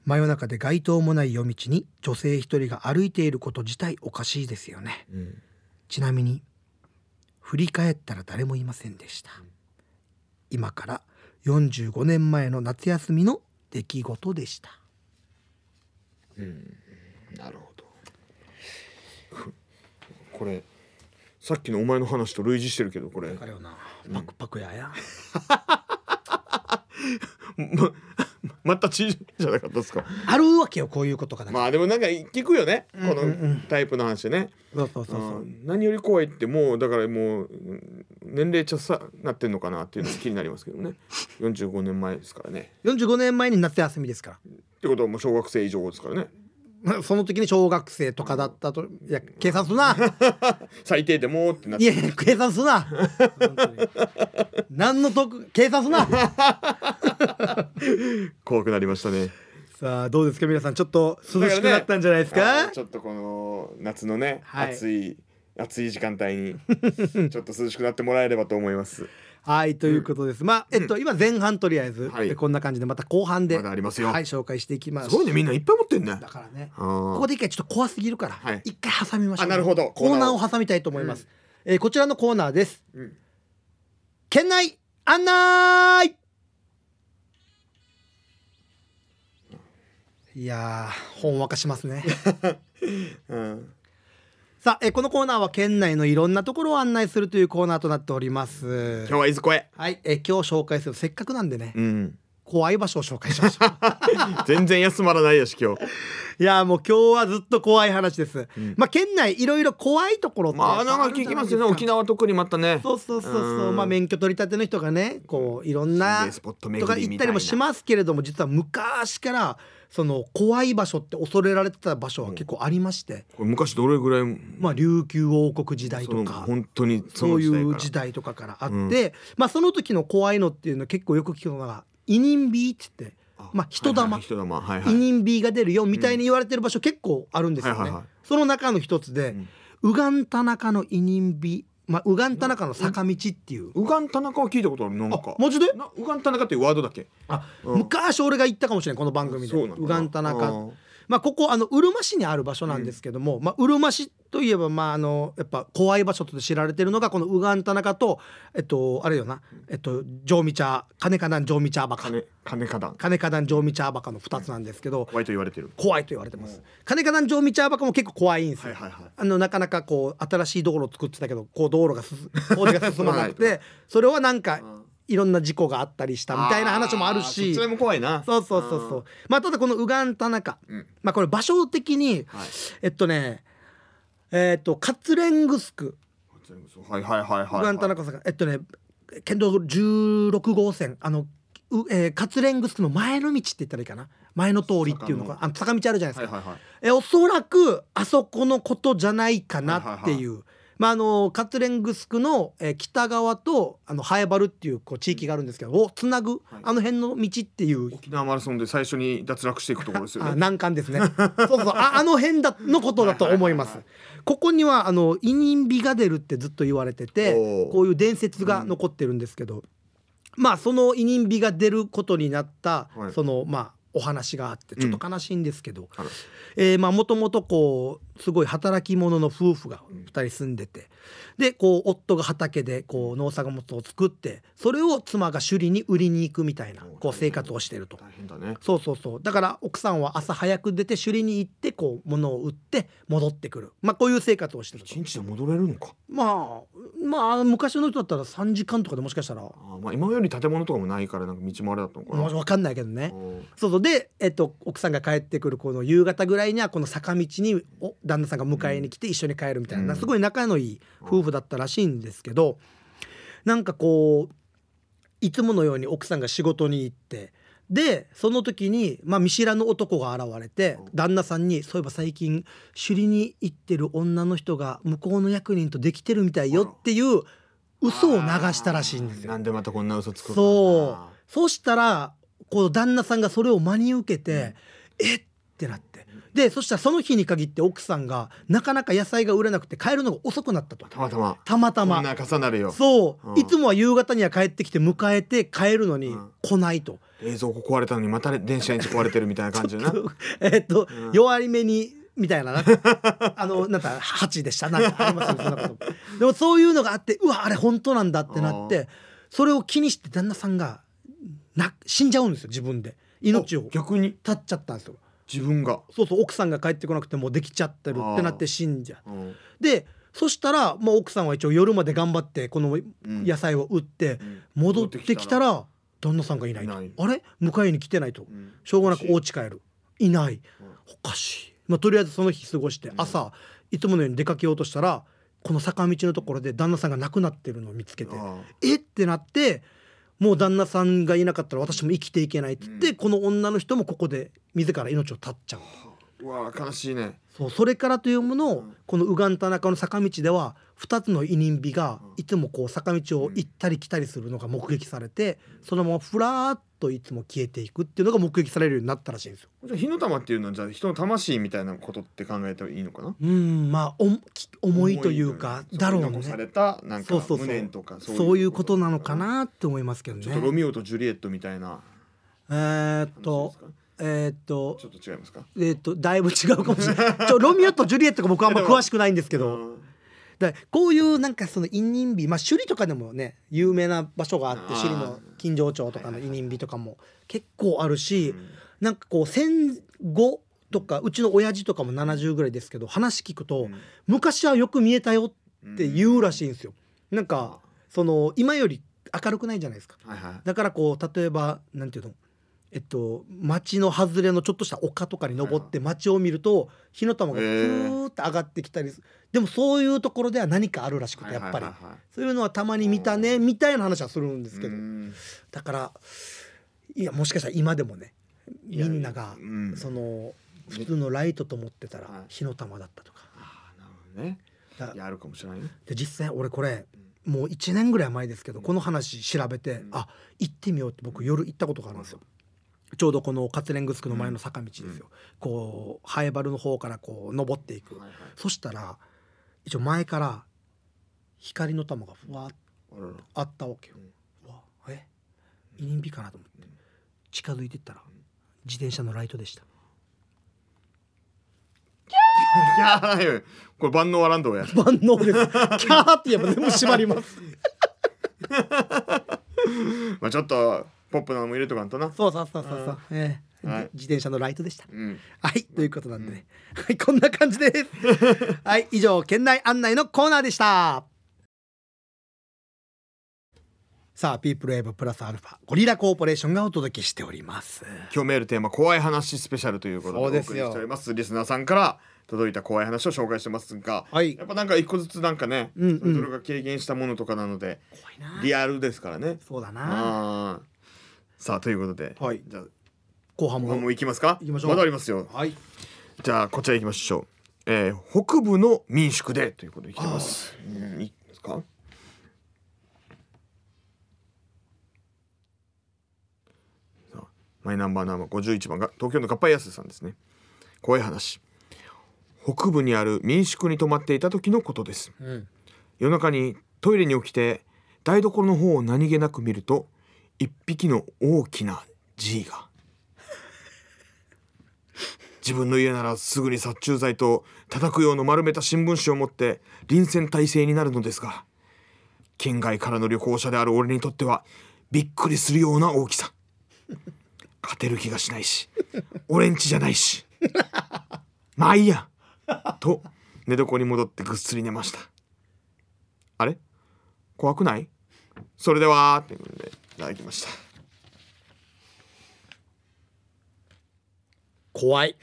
真夜中で街灯もない夜道に女性一人が歩いていること自体おかしいですよね
うん
ちなみに振り返ったら誰もいませんでした今から45年前の夏休みの出来事でした
なるほど。これさっきのお前の話と類似してるけどこれ、
れよなパクパクやや、
ま、 *laughs* またちじゃなかったですか。
あるわけよこういうことがな、
*laughs* まあでもなんか聞くよね、こ
うんうん
のタイプの話ね。
そうそうそう
あ
そう
ー何より怖いってもうだからもううん年齢ちゃさなってんのかなっていうのが気になりますけど *laughs* ね。45年前ですからね。
45年前に夏休みですか
ってことはもう小学生以上ですからね。
ら *laughs* その時に小学生とかだったといや計算する
*laughs*
な
最低でもってなっ
い
て。
やいや計算するな本当に何の得計算す
*laughs*
るな
怖くなりましたね。
さあどうですか皆さんちょっと涼しくなったんじゃないです
だらね
か
あーちょっとこの夏のね、
はい
暑い暑い時間帯
*laughs*
にちょっと涼しくなってもらえればと思います
はいということです、まあえっと、今前半とりあえず、
はい
でこんな感じでまた後半で、
まだありますよ
はい紹介していきます
すごいねみんないっぱい持ってんね
だからね
あー
ここで一回ちょっと怖すぎるから、
はい
一回挟みましょう、
あなるほど
コーナー
コー
を挟みたいと思います、えーこちらのコーナーです、
うん
県内案内いやーほんわかしますね
*laughs* うん
さあ、えーこのコーナーは県内のいろんなところを案内するというコーナーとなっております
今日はいずこへ
はい、えー今日紹介するせっかくなんでね、
うん
怖い場所を紹介しましょう
全然休まらないよし今日
いやーもう今日はずっと怖い話です、
うんま
まあ県内いろいろ怖いところって
あなんか聞きますよね沖
縄
縄特にまたね
そうそうそうそう
うん
まあ免許取り立ての人がねこういろん
心
な
霊スポット
とか
巡り
行っ
み
た
た
り
いな
もしますけれども実は昔からその怖い場所って恐れられてた場所は結構ありまして、
これ昔どれぐらい
まあ琉球王国時代
そ
と
の
か
本当にそ
そ
の
う
時代
い
か
う
ら
時代とかからあって、
うん
まあその時の怖いのっていうの結構よく聞くのが「イニンビー」って言って
あ
まあ人玉
はいはい人玉はいは
委
い
任 B が出るよみたいに言われてる場所結構あるんですよ
はいはい
ね
はい。
その中の一つで、ウガン田中の委任 B、まあウガン田中の坂道っていう。
うがん田中は聞いたことあるなん
あ
か、
マジで？
なうがん田中っていうワードだっけ
あ、
うん
昔俺が言ったかもしれないこの番組で。
そうなんだ
ウガン田
あ
中
ー
まあ、ここあのうるま市にある場所なんですけども、まあ、うるま市といえば、まあ、あのやっぱ怖い場所として知られてるのがこのウガンタナカと、えっと、あれよな、えっと、ジョーミチャーカネカナンジョーミチャーバカ
金金花壇
カネカナンジョーミチャーバカの2つなんですけど
怖いと言われてる
怖いと言われてますカネカナンジョーミチャーバカも結構怖いんです
は
よ
い、はいはい
あのなかなかこう新しい道路を作ってたけどこう道路がすす
*laughs*
工事が進まなく
は
てそれはなんか
ん
いろんな事故があったりしたみたいな話もある
あー
し
そっちも怖いな
そうそうそうそうまあただこのウガンタナカ、
うん
まあこれ場所的に
はい
えっとねえっとカツレングスク
はいはいはいはい
ウガンタナカさんがえっとね県道16号線あのうえーカツレングスクの前の道って言ったらいいかな前の通りっていうのかあの坂道あるじゃないですか
はいはいはい
えおそらくあそこのことじゃないかなっていう、まあ、あのカツレングスクの、えー北側とあのハエバルっていうこう地域があるんですけどをつなぐ、
はい
あの辺の道っていう、
沖縄マラソンで最初に脱落していくところですよ
あ
ね
難関です
*laughs*
ねそうそうああの辺だのことだと思います
はいは
ここにはあのイニンビガデルってずっと言われてて
おー
こういう伝説が残ってるんですけど、まあそのイニンビが出ることになった、
はい
そのまあお話があってちょっと悲しいんですけど、
あら
えーまあもともとこうすごい働き者の夫婦が2人住んでてでこう夫が畑でこう農作物を作ってそれを妻が首里に売りに行くみたいなこう生活をしてると。
大変だね
そうそうそうだから奥さんは朝早く出て首里に行ってこう物を売って戻ってくるまあこういう生活をしてると
一日で戻れるのか
まあまあ昔の人だったら3時間とかでもしかしたら
あーまあ今より建物とかもないからなんか道もあれだったのかな
分かんないけどね
うん
そうそうで、えっと、奥さんが帰ってくるこの夕方ぐらいにはこの坂道にお旦那さんが迎えに来て一緒に帰るみたいな、
うん
すごい仲のいい夫婦だったらしいんですけどなんかこういつものように奥さんが仕事に行ってでその時に、まあ、見知らぬ男が現れて
うん
旦那さんに「そういえば最近首里に行ってる女の人が向こうの役人とできてるみたいよ」っていう嘘を流したらしいんですよ
な。んでまたこんな嘘つくの
そうそうしたらこう旦那さんがそれを真に受けて、えっってなってでそしたらその日に限って奥さんがなかなか野菜が売れなくて帰るのが遅くなったと
たまたま
たま
こ
た
ん
ま
な重なるよ
そう、
うん
いつもは夕方には帰ってきて迎えて帰るのに
うん
来ないと、
冷蔵庫壊れたのにまた電車に壊れてるみたいな感じだな
えっと、 *laughs*
うん
弱り目にみたいな
*laughs*
なあのなんか8でしたなんかありますよそんなことでもそういうのがあってうわあれ本当なんだってなってそれを気にして旦那さんがな死んじゃうんですよ自分で命を
お逆に
立っちゃったんですよ
自分が、
そうそう奥さんが帰ってこなくてもうできちゃってるってなって死んじゃう
うん
でそしたら、まあ、奥さんは一応夜まで頑張ってこの
うん
野菜を売って
うん
戻ってきたら旦那さんがいないと
いない
あれ迎えに来てないと
うん
しょうがなくお家帰るいないおかしい、まあ、とりあえずその日過ごして
うん
朝いつものように出かけようとしたらこの坂道のところで旦那さんが亡くなってるのを見つけて
あ
えってなってもう旦那さんがいなかったら私も生きていけないって言って、
うん
この女の人もここで自ら命を絶っちゃう
ーうわー悲しいね
そうそれからというもの
う
を
ん
このウガンタナカの坂道では2つの委任日が
うん
いつもこう坂道を行ったり来たりするのが目撃されてそのままふらーっといつも消えていくっていうのが目撃されるようになったらしいんですよ。
じゃあ火の玉っていうのはじゃあ人の魂みたいなことって考えていいのかな
うんまあおんき思いというかだろう
残さ
ね
れたなん
そう
か
そうそ
無
う
念とか
そういうことなのかなって思いますけど
ちょっとロ
ね。
ミオとジュリエットみたいな
えーっ
話で
と
すか
えーっと
ちょっと違いますか
えーっとだいぶ違うかもしれない。ちょロミオとジュリエットが僕はあんま詳しくないんですけど。
うん
だからこういうなんかその委任日まあ首里とかでもね有名な場所があって
あー
首里の金城町とかの委任日とかも結構あるし、
うん
なんかこう戦後とかうちの親父とかも70ぐらいですけど話聞くと、昔はよく見えたよって言うらしいんですよ。なんかその今より明るくないじゃないですか。
はいはい
だからこう例えばなんていうのえっと町の外れのちょっとした丘とかに登って町を見ると火の玉がふーって上がってきたりするでもそういうところでは何かあるらしくてやっぱり
はいはいはいはい
そういうのはたまに見たね
う
みたいな話はするんですけど
うん
だからいやもしかしたら今でもね
い
み
や
んなが
うん
その普通のライトと思ってたら
はい
火の玉だったとか
あーなるほどね
だ
いやあるかもしれないね
で実際俺これもう1年ぐらい前ですけどこの話調べて
うん
あ行ってみようって僕夜行ったことがあるんですよちょうどこのカツレングスクの前の坂道ですよ、
うん
こうハエバルの方からこう登っていく、
はいはい
そしたら一応前から光の玉がふわっと
あらら
あったわけよ、うわえイニンビかなと思って
うん
近づいてったら *laughs*
ん
自転車のライトでした
キャーライブこれ万能ワランドや
万能ですキャーって言えば全部閉まります
まあちょっとポップなのも入れとかんとな
そうそうそうそうそう、ええ
はい
自転車のライトでした
うん
はいということなんでね、はいこんな感じです *laughs* はい以上県内案内のコーナーでしたさあピープルエイブプラスアルファゴリラコーポレーションがお届けしております
今日メールテーマ怖い話スペシャルということでお
そうで
送り
すよ
しておりますリスナーさんから届いた怖い話を紹介してますが、
はい
やっぱなんか一個ずつなんかね、
うんうん
それぞれが経験したものとかなので
怖いな
リアルですからね
そうだな
あーさあということで、
はい
じゃあ
後半
後
も
半も行きますか
行きましょう
まだありますよ
はい
じゃあこちら行きましょう、えー北部の民宿でということで来てますうんいいですかさあマイナンバーナンバー51番が東京の合杯安さんですね怖い話北部にある民宿に泊まっていた時のことです
うん
夜中にトイレに起きて台所の方を何気なく見ると一匹の大きな G が自分の家ならすぐに殺虫剤と叩く用の丸めた新聞紙を持って臨戦態勢になるのですが県外からの旅行者である俺にとってはびっくりするような大きさ勝てる気がしないし俺んちじゃないしまあいいやと寝床に戻ってぐっすり寝ましたあれ怖くないそれではっていうことでいただきました
怖い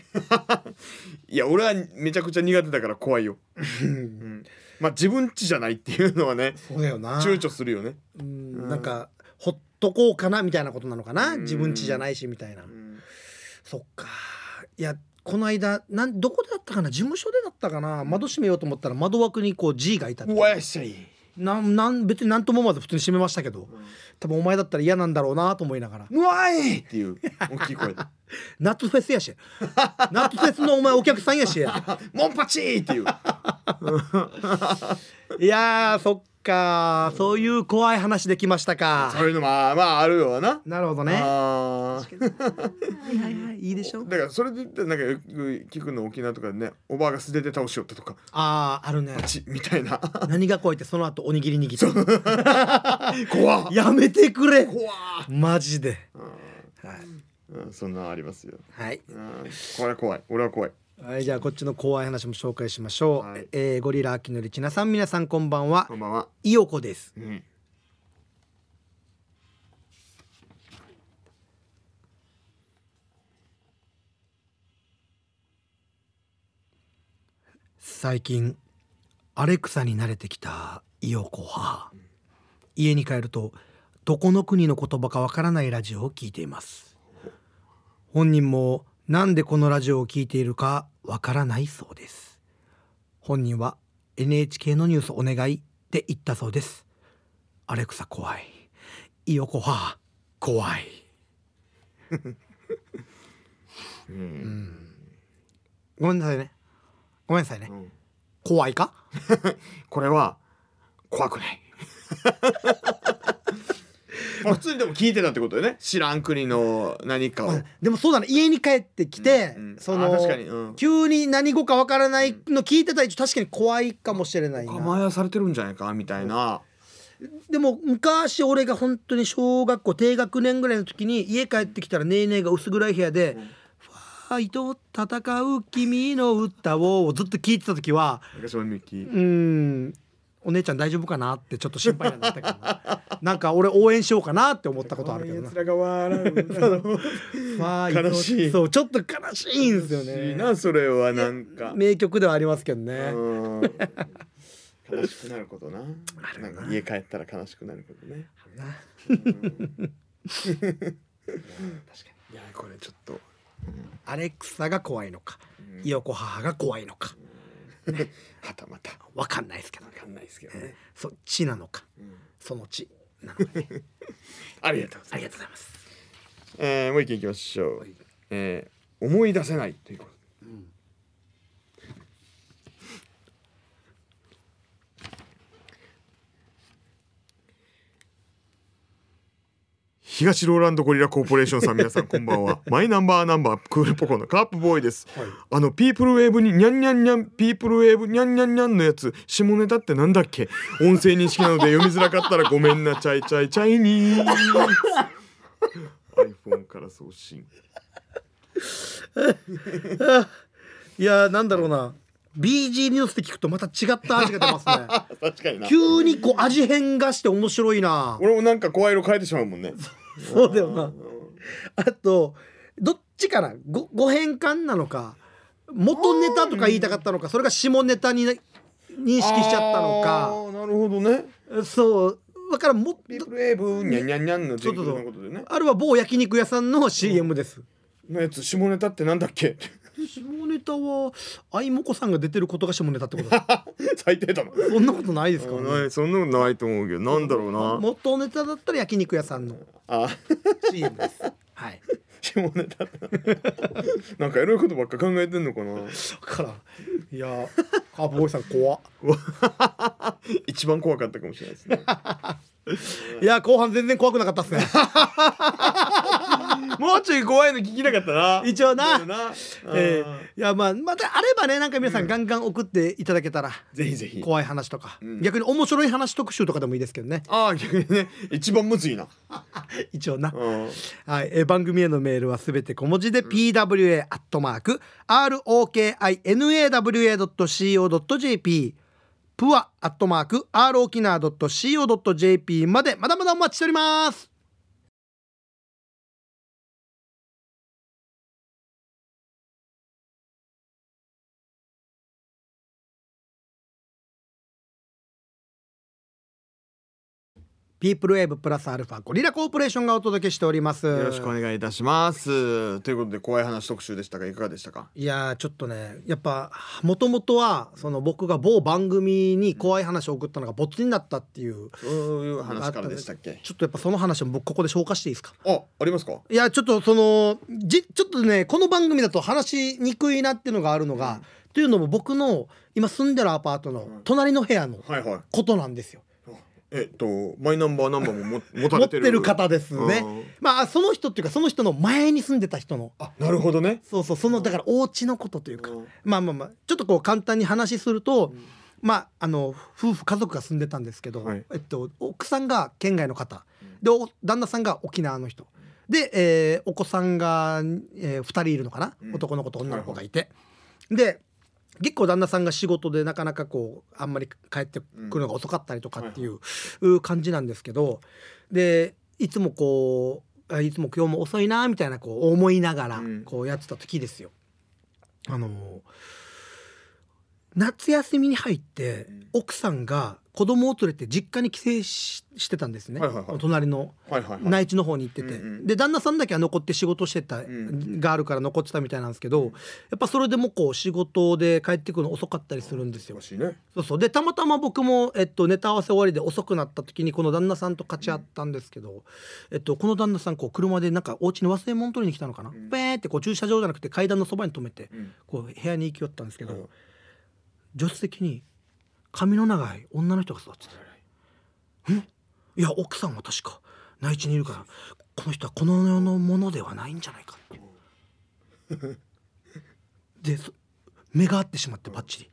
いや俺はめちゃくちゃ苦手だから怖 *laughs* いよ、うんまあ自分ちじゃないっていうのはね
そうだよな
躊躇するよね、
うんなんかほっとこうかなみたいなことなのかな
うん
自分家じゃないしみたいなそっかいやこの間なんどこでだったかな事務所でだったかな窓閉めようと思ったら窓枠にこう G がいたって
うわやっしゃい
なんなん別に何とも思わず普通に閉めましたけど多分お前だったら嫌なんだろうなと思いながら
うわいっていう大きい *laughs* 声で
夏フェスやし *laughs* 夏フェスのお前お客さんやしい
「モンパチー!」 *laughs* っていう
やーそっかそういう怖い話できました
そ
か
ういうのもまあまああるよな
なるほどねは
あー
いはいはいいいでしょう
だからそれで言ったらなんかよく聞くの沖縄とかでねおばあが素手で倒しよったとか
あああるね
パチッみたいな *laughs*
何が怖いってその後おにぎり握って
怖っ
やめてくれ
怖っ
マジではい、
うんそんなんありますよ
はい
うんこれは怖い俺は怖い
はい、じゃあこっちの怖い話も紹介しましょう、
はい
えーゴリラ秋のりちなさん皆さんこんばんは
こんばんは、
いよこです
うん、
最近アレクサに慣れてきたいよこは家に帰るとどこの国の言葉かわからないラジオを聞いています本人もなんでこのラジオを聞いているかわからないそうです本人は NHK のニュースお願いって言ったそうですアレクサ怖いいよこは怖いごめんなさいねごめんなさいね、
ん
怖いか
これは怖くない *laughs* まあ普通にでも聞いてたってことよね知らん国の何かを
でもそうだね家に帰ってきて、
うんうん
その
あ確かにうん
急に何語かわからないの聞いてたら一応確かに怖いかもしれないな
甘やされてるんじゃないかみたいな
でも昔俺が本当に小学校低学年ぐらいの時に家帰ってきたらネーネーが薄暗い部屋で「ファイト戦う君の歌を」をずっと聞いてた時は
私もミキ
うーんお姉ちゃん大丈夫かなってちょっと心配になったけどななんか俺応援しようかなって思ったことあるけどな
この奴らが *laughs* 笑う
まあいろいろ
悲しい
そうちょっと悲しいんですよ
いい
ね
なそれはなんか
名曲ではありますけどね、
うん悲しくなることななんか家帰ったら悲しくなることねいやこれちょっ *laughs* と
アレクサが怖いのか、イヨコ母が怖いのか
はたまた
わかんないですけどね
わかんないですけどね
そっちなのか、そのちなのかね
ありがとうございます
ありがとうございます
えー、もう一件いきましょう、えー思い出せないということ、東ローランドゴリラコーポレーション *laughs* さん皆さんこんばんはマイナンバーナンバークールポコのカープボーイです
はい
あのピープルウェーブにニャンニャンニャンピープルウェーブニャンニャンニャンのやつ下ネタってなんだっけ音声認識なので読みづらかったらごめんなチャイチャイチャイニー iPhone から送信
いやーなんだろうな BG ニュースで聞くとまた違った味が出ますね
*laughs* 確かにな
急にこう味変がして面白いな
俺もなんか声色変えてしまうもんね
そうだよなあとどっちかなごご変換なのか元ネタとか言いたかったのかそれが下ネタにね認識しちゃったの
あ
か
ーなるほどね
そうだからもっ
ピー
と
プルウェーブニャンニャンニャンのジングルのことでね
あれは某焼肉屋さんの CM です、
のやつ下ネタってなんだっけ *laughs*
下ネタはあいもこさんが出てることが下ネタってことです *laughs*
最低だな
そんなことないですから、ね、
ないそんなことないと思うけどなんだろうな
元ネタだったら焼肉屋さんの
あ
CM ですはい
*laughs* 下ネタって *laughs* なんかエロいことばっか考えてんのかな
だからいやーカーボーイさん怖っ
一番怖かったかもしれないですね
いやー後半全然怖くなかったっ *laughs* すね
*laughs* もうちょい怖いの聞きなかった *laughs* な
一応な
だよな
え
あ
ーいやまあまたあればねなんか皆さんガンガン送っていただけたら、
ーぜひぜひ
怖い話とか、
うん
逆に面白い話特集とかでもいいですけどね
ああ逆にね一番むずいな
一応な、
うん
はい、えー番組へのメールはすべて小文字で pwa.rokinawa.co.jp プアアットマーク r o k i n a c o j p までまだまだお待ちしておりますピープルウェーブプラスアルファゴリラコーポレーションがお届けしております
よろしくお願いいたしますということで怖い話特集でしたがいかがでしたか
いやーちょっとねやっぱもともとはその僕が某番組に怖い話を送ったのがボツになったっていう
そういう話からでしたっけ
ちょっとやっぱその話も僕ここで消化していいですか
あありますか
いやちょっとそのじちょっとねこの番組だと話しにくいなっていうのがあるのが、というのも僕の今住んでるアパートの
ん
隣の部屋の
はいはい
ことなんですよ。
えっとマイナンバーナンバーも
*laughs*
も持た
持
れ
って
てる
る方ですね
うん。
まあその人っていうかその人の前に住んでた人の
あなるほどね
そうそうそのだからお家のことというか
うん
まあまあまあちょっとこう簡単に話すると、まああの夫婦家族が住んでたんですけど、
はい
えっと、奥さんが県外の方
うん
でお旦那さんが沖縄の人で、えーお子さんが、え2人いるのかな、
うん
男の子と女の子がいて、で結構旦那さんが仕事でなかなかこうあんまり帰ってくるのが遅かったりとかっていうう感じなんですけどでいつもこうあいつも今日も遅いなみたいなこう思いながら
うん
こうやってた時ですよ。あのー夏休みに入って
うん
奥さんが子供を連れて実家に帰省ししてたんですね、
はいはいはい
隣の
はいはいはい
内地の方に行ってて、
うんうん
で旦那さんだけは残って仕事してた、
ん
があるから残ってたみたいなんですけど、
うん
やっぱそれでもこう仕事で帰ってくるの遅かったりするんですよ
お。しいね
そうそうでたまたま僕も、えっと、ネタ合わせ終わりで遅くなった時にこの旦那さんと勝ち合ったんですけど、えっと、この旦那さんこう車でなんかお家に忘れ物取りに来たのかな、
うん
ペーってこう駐車場じゃなくて階段のそばに止めて
うん
こう部屋に行き寄ったんですけど、
うん
助手席に髪の長い女の人が座ってていや奥さんは確か内地にいるからこの人はこの世のものではないんじゃないかっていうでそ目が合ってしまってバッチリ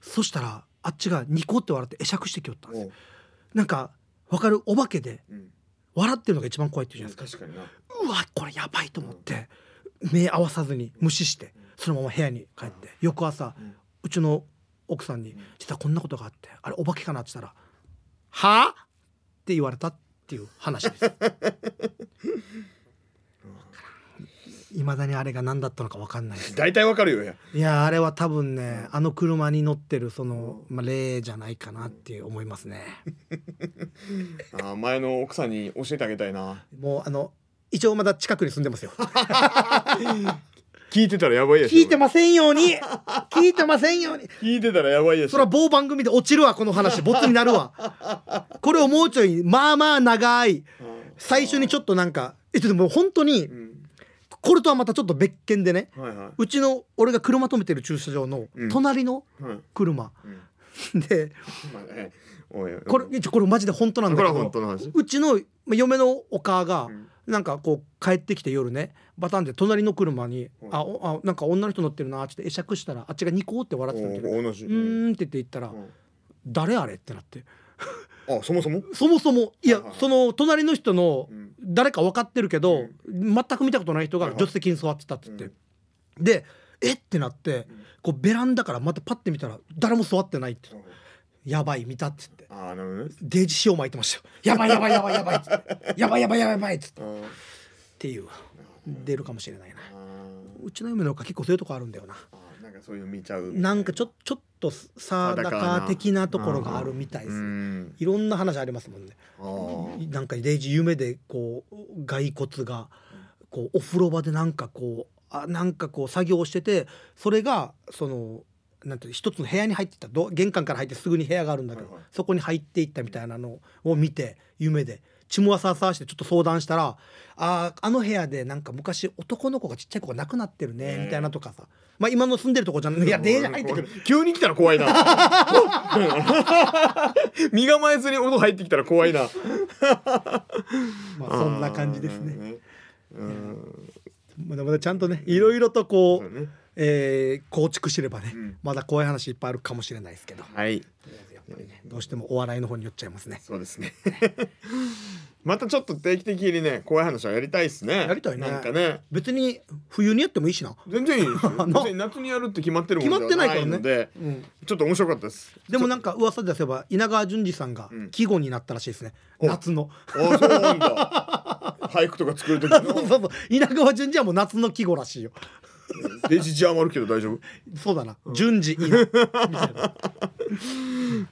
そしたらあっちがニコって笑って会釈してきよったんです
お
よ
う
なんかわかるお化けで
うん
笑ってるのが一番怖いって言うじゃないですか
確かにな
うわこれやばいと思って目合わさずに無視してそのまま部屋に帰って翌朝
うん
うちの奥さんに
うん
「実はこんなことがあってあれお化けかな?」って言ったら「はあ?」って言われたっていう話 *laughs* です。いまだにあれが何だったのか分かんないです
大体わかるよや
いやあれは多分ねあの車に乗ってるその、まあ、霊じゃないかなっていう思いますね
あー前の奥さんに教えてあげたいな
もうあの一応まだ近くに住んでますよ
聞いてたらやばいやつ
*laughs* 聞いてませんよう *laughs* に聞いてませんように
聞いてたらやばいやつ
それは某番組で落ちるわこの話ボツになる
*laughs*
わこれをもうちょいまあまあ長い最初にちょっとなんかえっとでも本当に
うん
これとはまたちょっと別件でね
はいは
うちの俺が車止めてる駐車場の
うん
隣の
いはい
車
うん
で
まあえおいおい
これ一応これマジで本当なんだけ
これ
ど
は本当の話
うちのまあ嫁のお母が、
うん
なんかこう帰ってきて夜ねバタンで隣の車に「
はい
あおあなんか女の人乗ってるな」っつって会釈したらあっちがニコって笑ってたけど「う
お同じ
ーん」って言って言ったら「誰あれ?」ってなって
あそもそも
そもそもいや
はいはいはい
その隣の人の
うん
誰か分かってるけど、
うん
全く見たことない人が
はいはい
助手席に座ってたっつって、で「えっ?」てなって
うん
こうベランダからまたパッて見たら誰も座ってないって「やばい見た」っつって
あーなるほどね
デージ塩巻いてましたよ「やばいやばいやばいやばい」っつって「やばいやばいやばいやばい」っつって。
あー
っていう出るかもしれないな
あー
うちの嫁の方が結構そういうとこあるんだよな
あーなんかそういうの見ちゃう
なんかちょちょっとサーダカー的なところがあるみたいで
う
す
ん
いろんな話ありますもんね
あー
なんかレイジ夢でこう骸骨がこうお風呂場でなんかこうあなんかこう作業しててそれがそのなんていう一つの部屋に入ってったど玄関から入ってすぐに部屋があるんだけど、
はいはい
そこに入っていったみたいなのを見て夢で血もわさわさわしてちょっと相談したら「あーあの部屋でなんか昔男の子がちっちゃい子が亡くなってるね」みたいなとかさ、まあ今の住んでるとこじゃないいやデージ入ってくる
急に来たら怖いな *laughs* 身構えずに音入ってきたら怖いな
ま *laughs* あそんな感じですね。
あーうん
まだまだちゃんとねいろいろとこう、
そうね
えー構築してればね、
うん
まだ怖い話いっぱいあるかもしれないですけど、
はい
やっぱりねどうしてもお笑いの方に寄っちゃいますね。
そうですね *laughs* またちょっと定期的にね怖い話はやりたいですね
やりたいね
なんかね
別に冬にやってもいいしな。
全然いいですよ
な
別に夏にやるって決まってるもん
決まってないからね
ので
うん、
ちょっと面白かった
*laughs*
です
でもなんか噂で出せば稲川淳二さんが
うん
季語になったらしいですね。
お
夏の。
あーそうなんだ *laughs* 俳句とか作る時
そう
の
そうそう。稲川淳二はもう夏の季語らしいよ。
デジ字余るけど大丈夫
そうだな。淳二いいな。みたいな。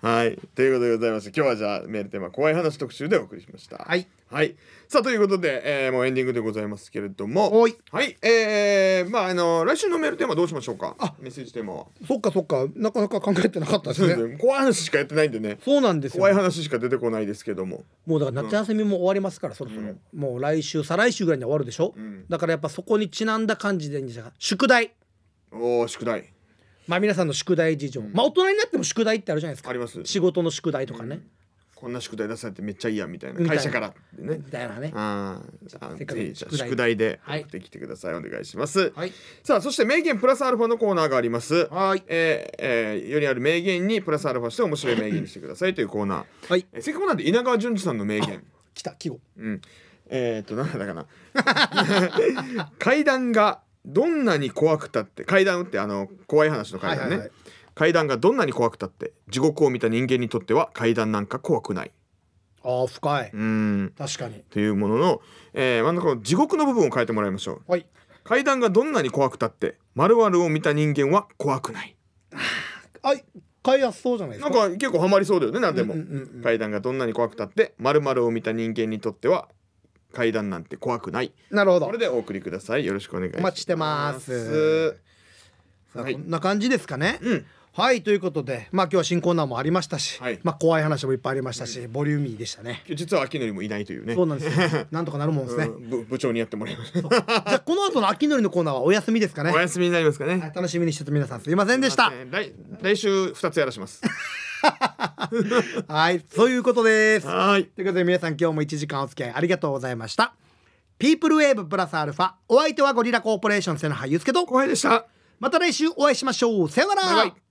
はいということでございまして今日はじゃあメールテーマ怖い話特集でお送りしました
はい
はいさあということで、えーもうエンディングでございますけれども
おい。
はいえー、まああの来週のメールテーマどうしましょうか
あ
メッセージテーマは
*laughs* そっかそっか。なかなか考えてなかったですね。
*laughs* 怖い話しかやってないんでね
そうなんですよ
怖い。話しか出てこないですけども
もうだから夏休みも終わりますから、そろそろ、
うん
もう来週再来週ぐらいには終わるでしょ。
うん
だからやっぱそこにちなんだ感じでいいんじゃない宿題。
おー宿題
まあ皆さんの宿題事情、まあ大人になっても宿題ってあるじゃないですか
あります
仕事の宿題とかね、
こんな宿題出されてめっちゃいいやみたい
み
な
たいな
会社からってね
みたいなね
あーあ
せっかく
ぜひじゃあ
宿題
宿題で
はい
送ってきてください、お願いします、
はい
さあそして名言プラスアルファのコーナーがあります
はい
えーえーよりある名言にプラスアルファして面白い名言にしてくださいというコーナー、
はい
えーせっかくなんで稲川淳二さんの名言
来た季語
うんえっ、となんだかな *laughs* 階段がどんなに怖くたって階段ってあの怖い話の階段
はいは
ね、
いはい
階段がどんなに怖くたって地獄を見た人間にとっては階段なんか怖くない
ああ深い、
うん
確かに
というものの、えー、真ん中の地獄の部分を変えてもらいましょう
はい
階段がどんなに怖くたって丸々を見た人間は怖くない
はい買いやすそうじゃないです
な
か
んか結構ハマりそうだよね何でも、
うんうんうんうん
階段がどんなに怖くたって丸々を見た人間にとっては階段なんて怖くない
なるほ
こ
ど
れでお送りくださいよろしくお願いします
お待ちしてますさあ
はい
こんな感じですかね
うん
はいということでまあ今日は新コーナーもありましたし、
はい
まあ怖い話もいっぱいありましたし、ボリューミーでした
*laughs*
ね
実は秋のりもいないというね
そうなんですよ *laughs* なんとかなるもんですね、
うん部部長にやってもらいました
じゃあこの後の秋のりのコーナーはお休みですかね、
お
はい、
休みになりますかね
楽しみにしてた皆さんすいませんでした
えー来来週二つやらします
*laughs* はいそういうことです
はーい
ということで皆さん今日も1時間お付き合いありがとうございました。ピープルウェーブプラスアルファお相手はゴリラコーポレーション瀬野葉祐介と
小平でした
また来週お会いしましょう。さようなら。
バイバイ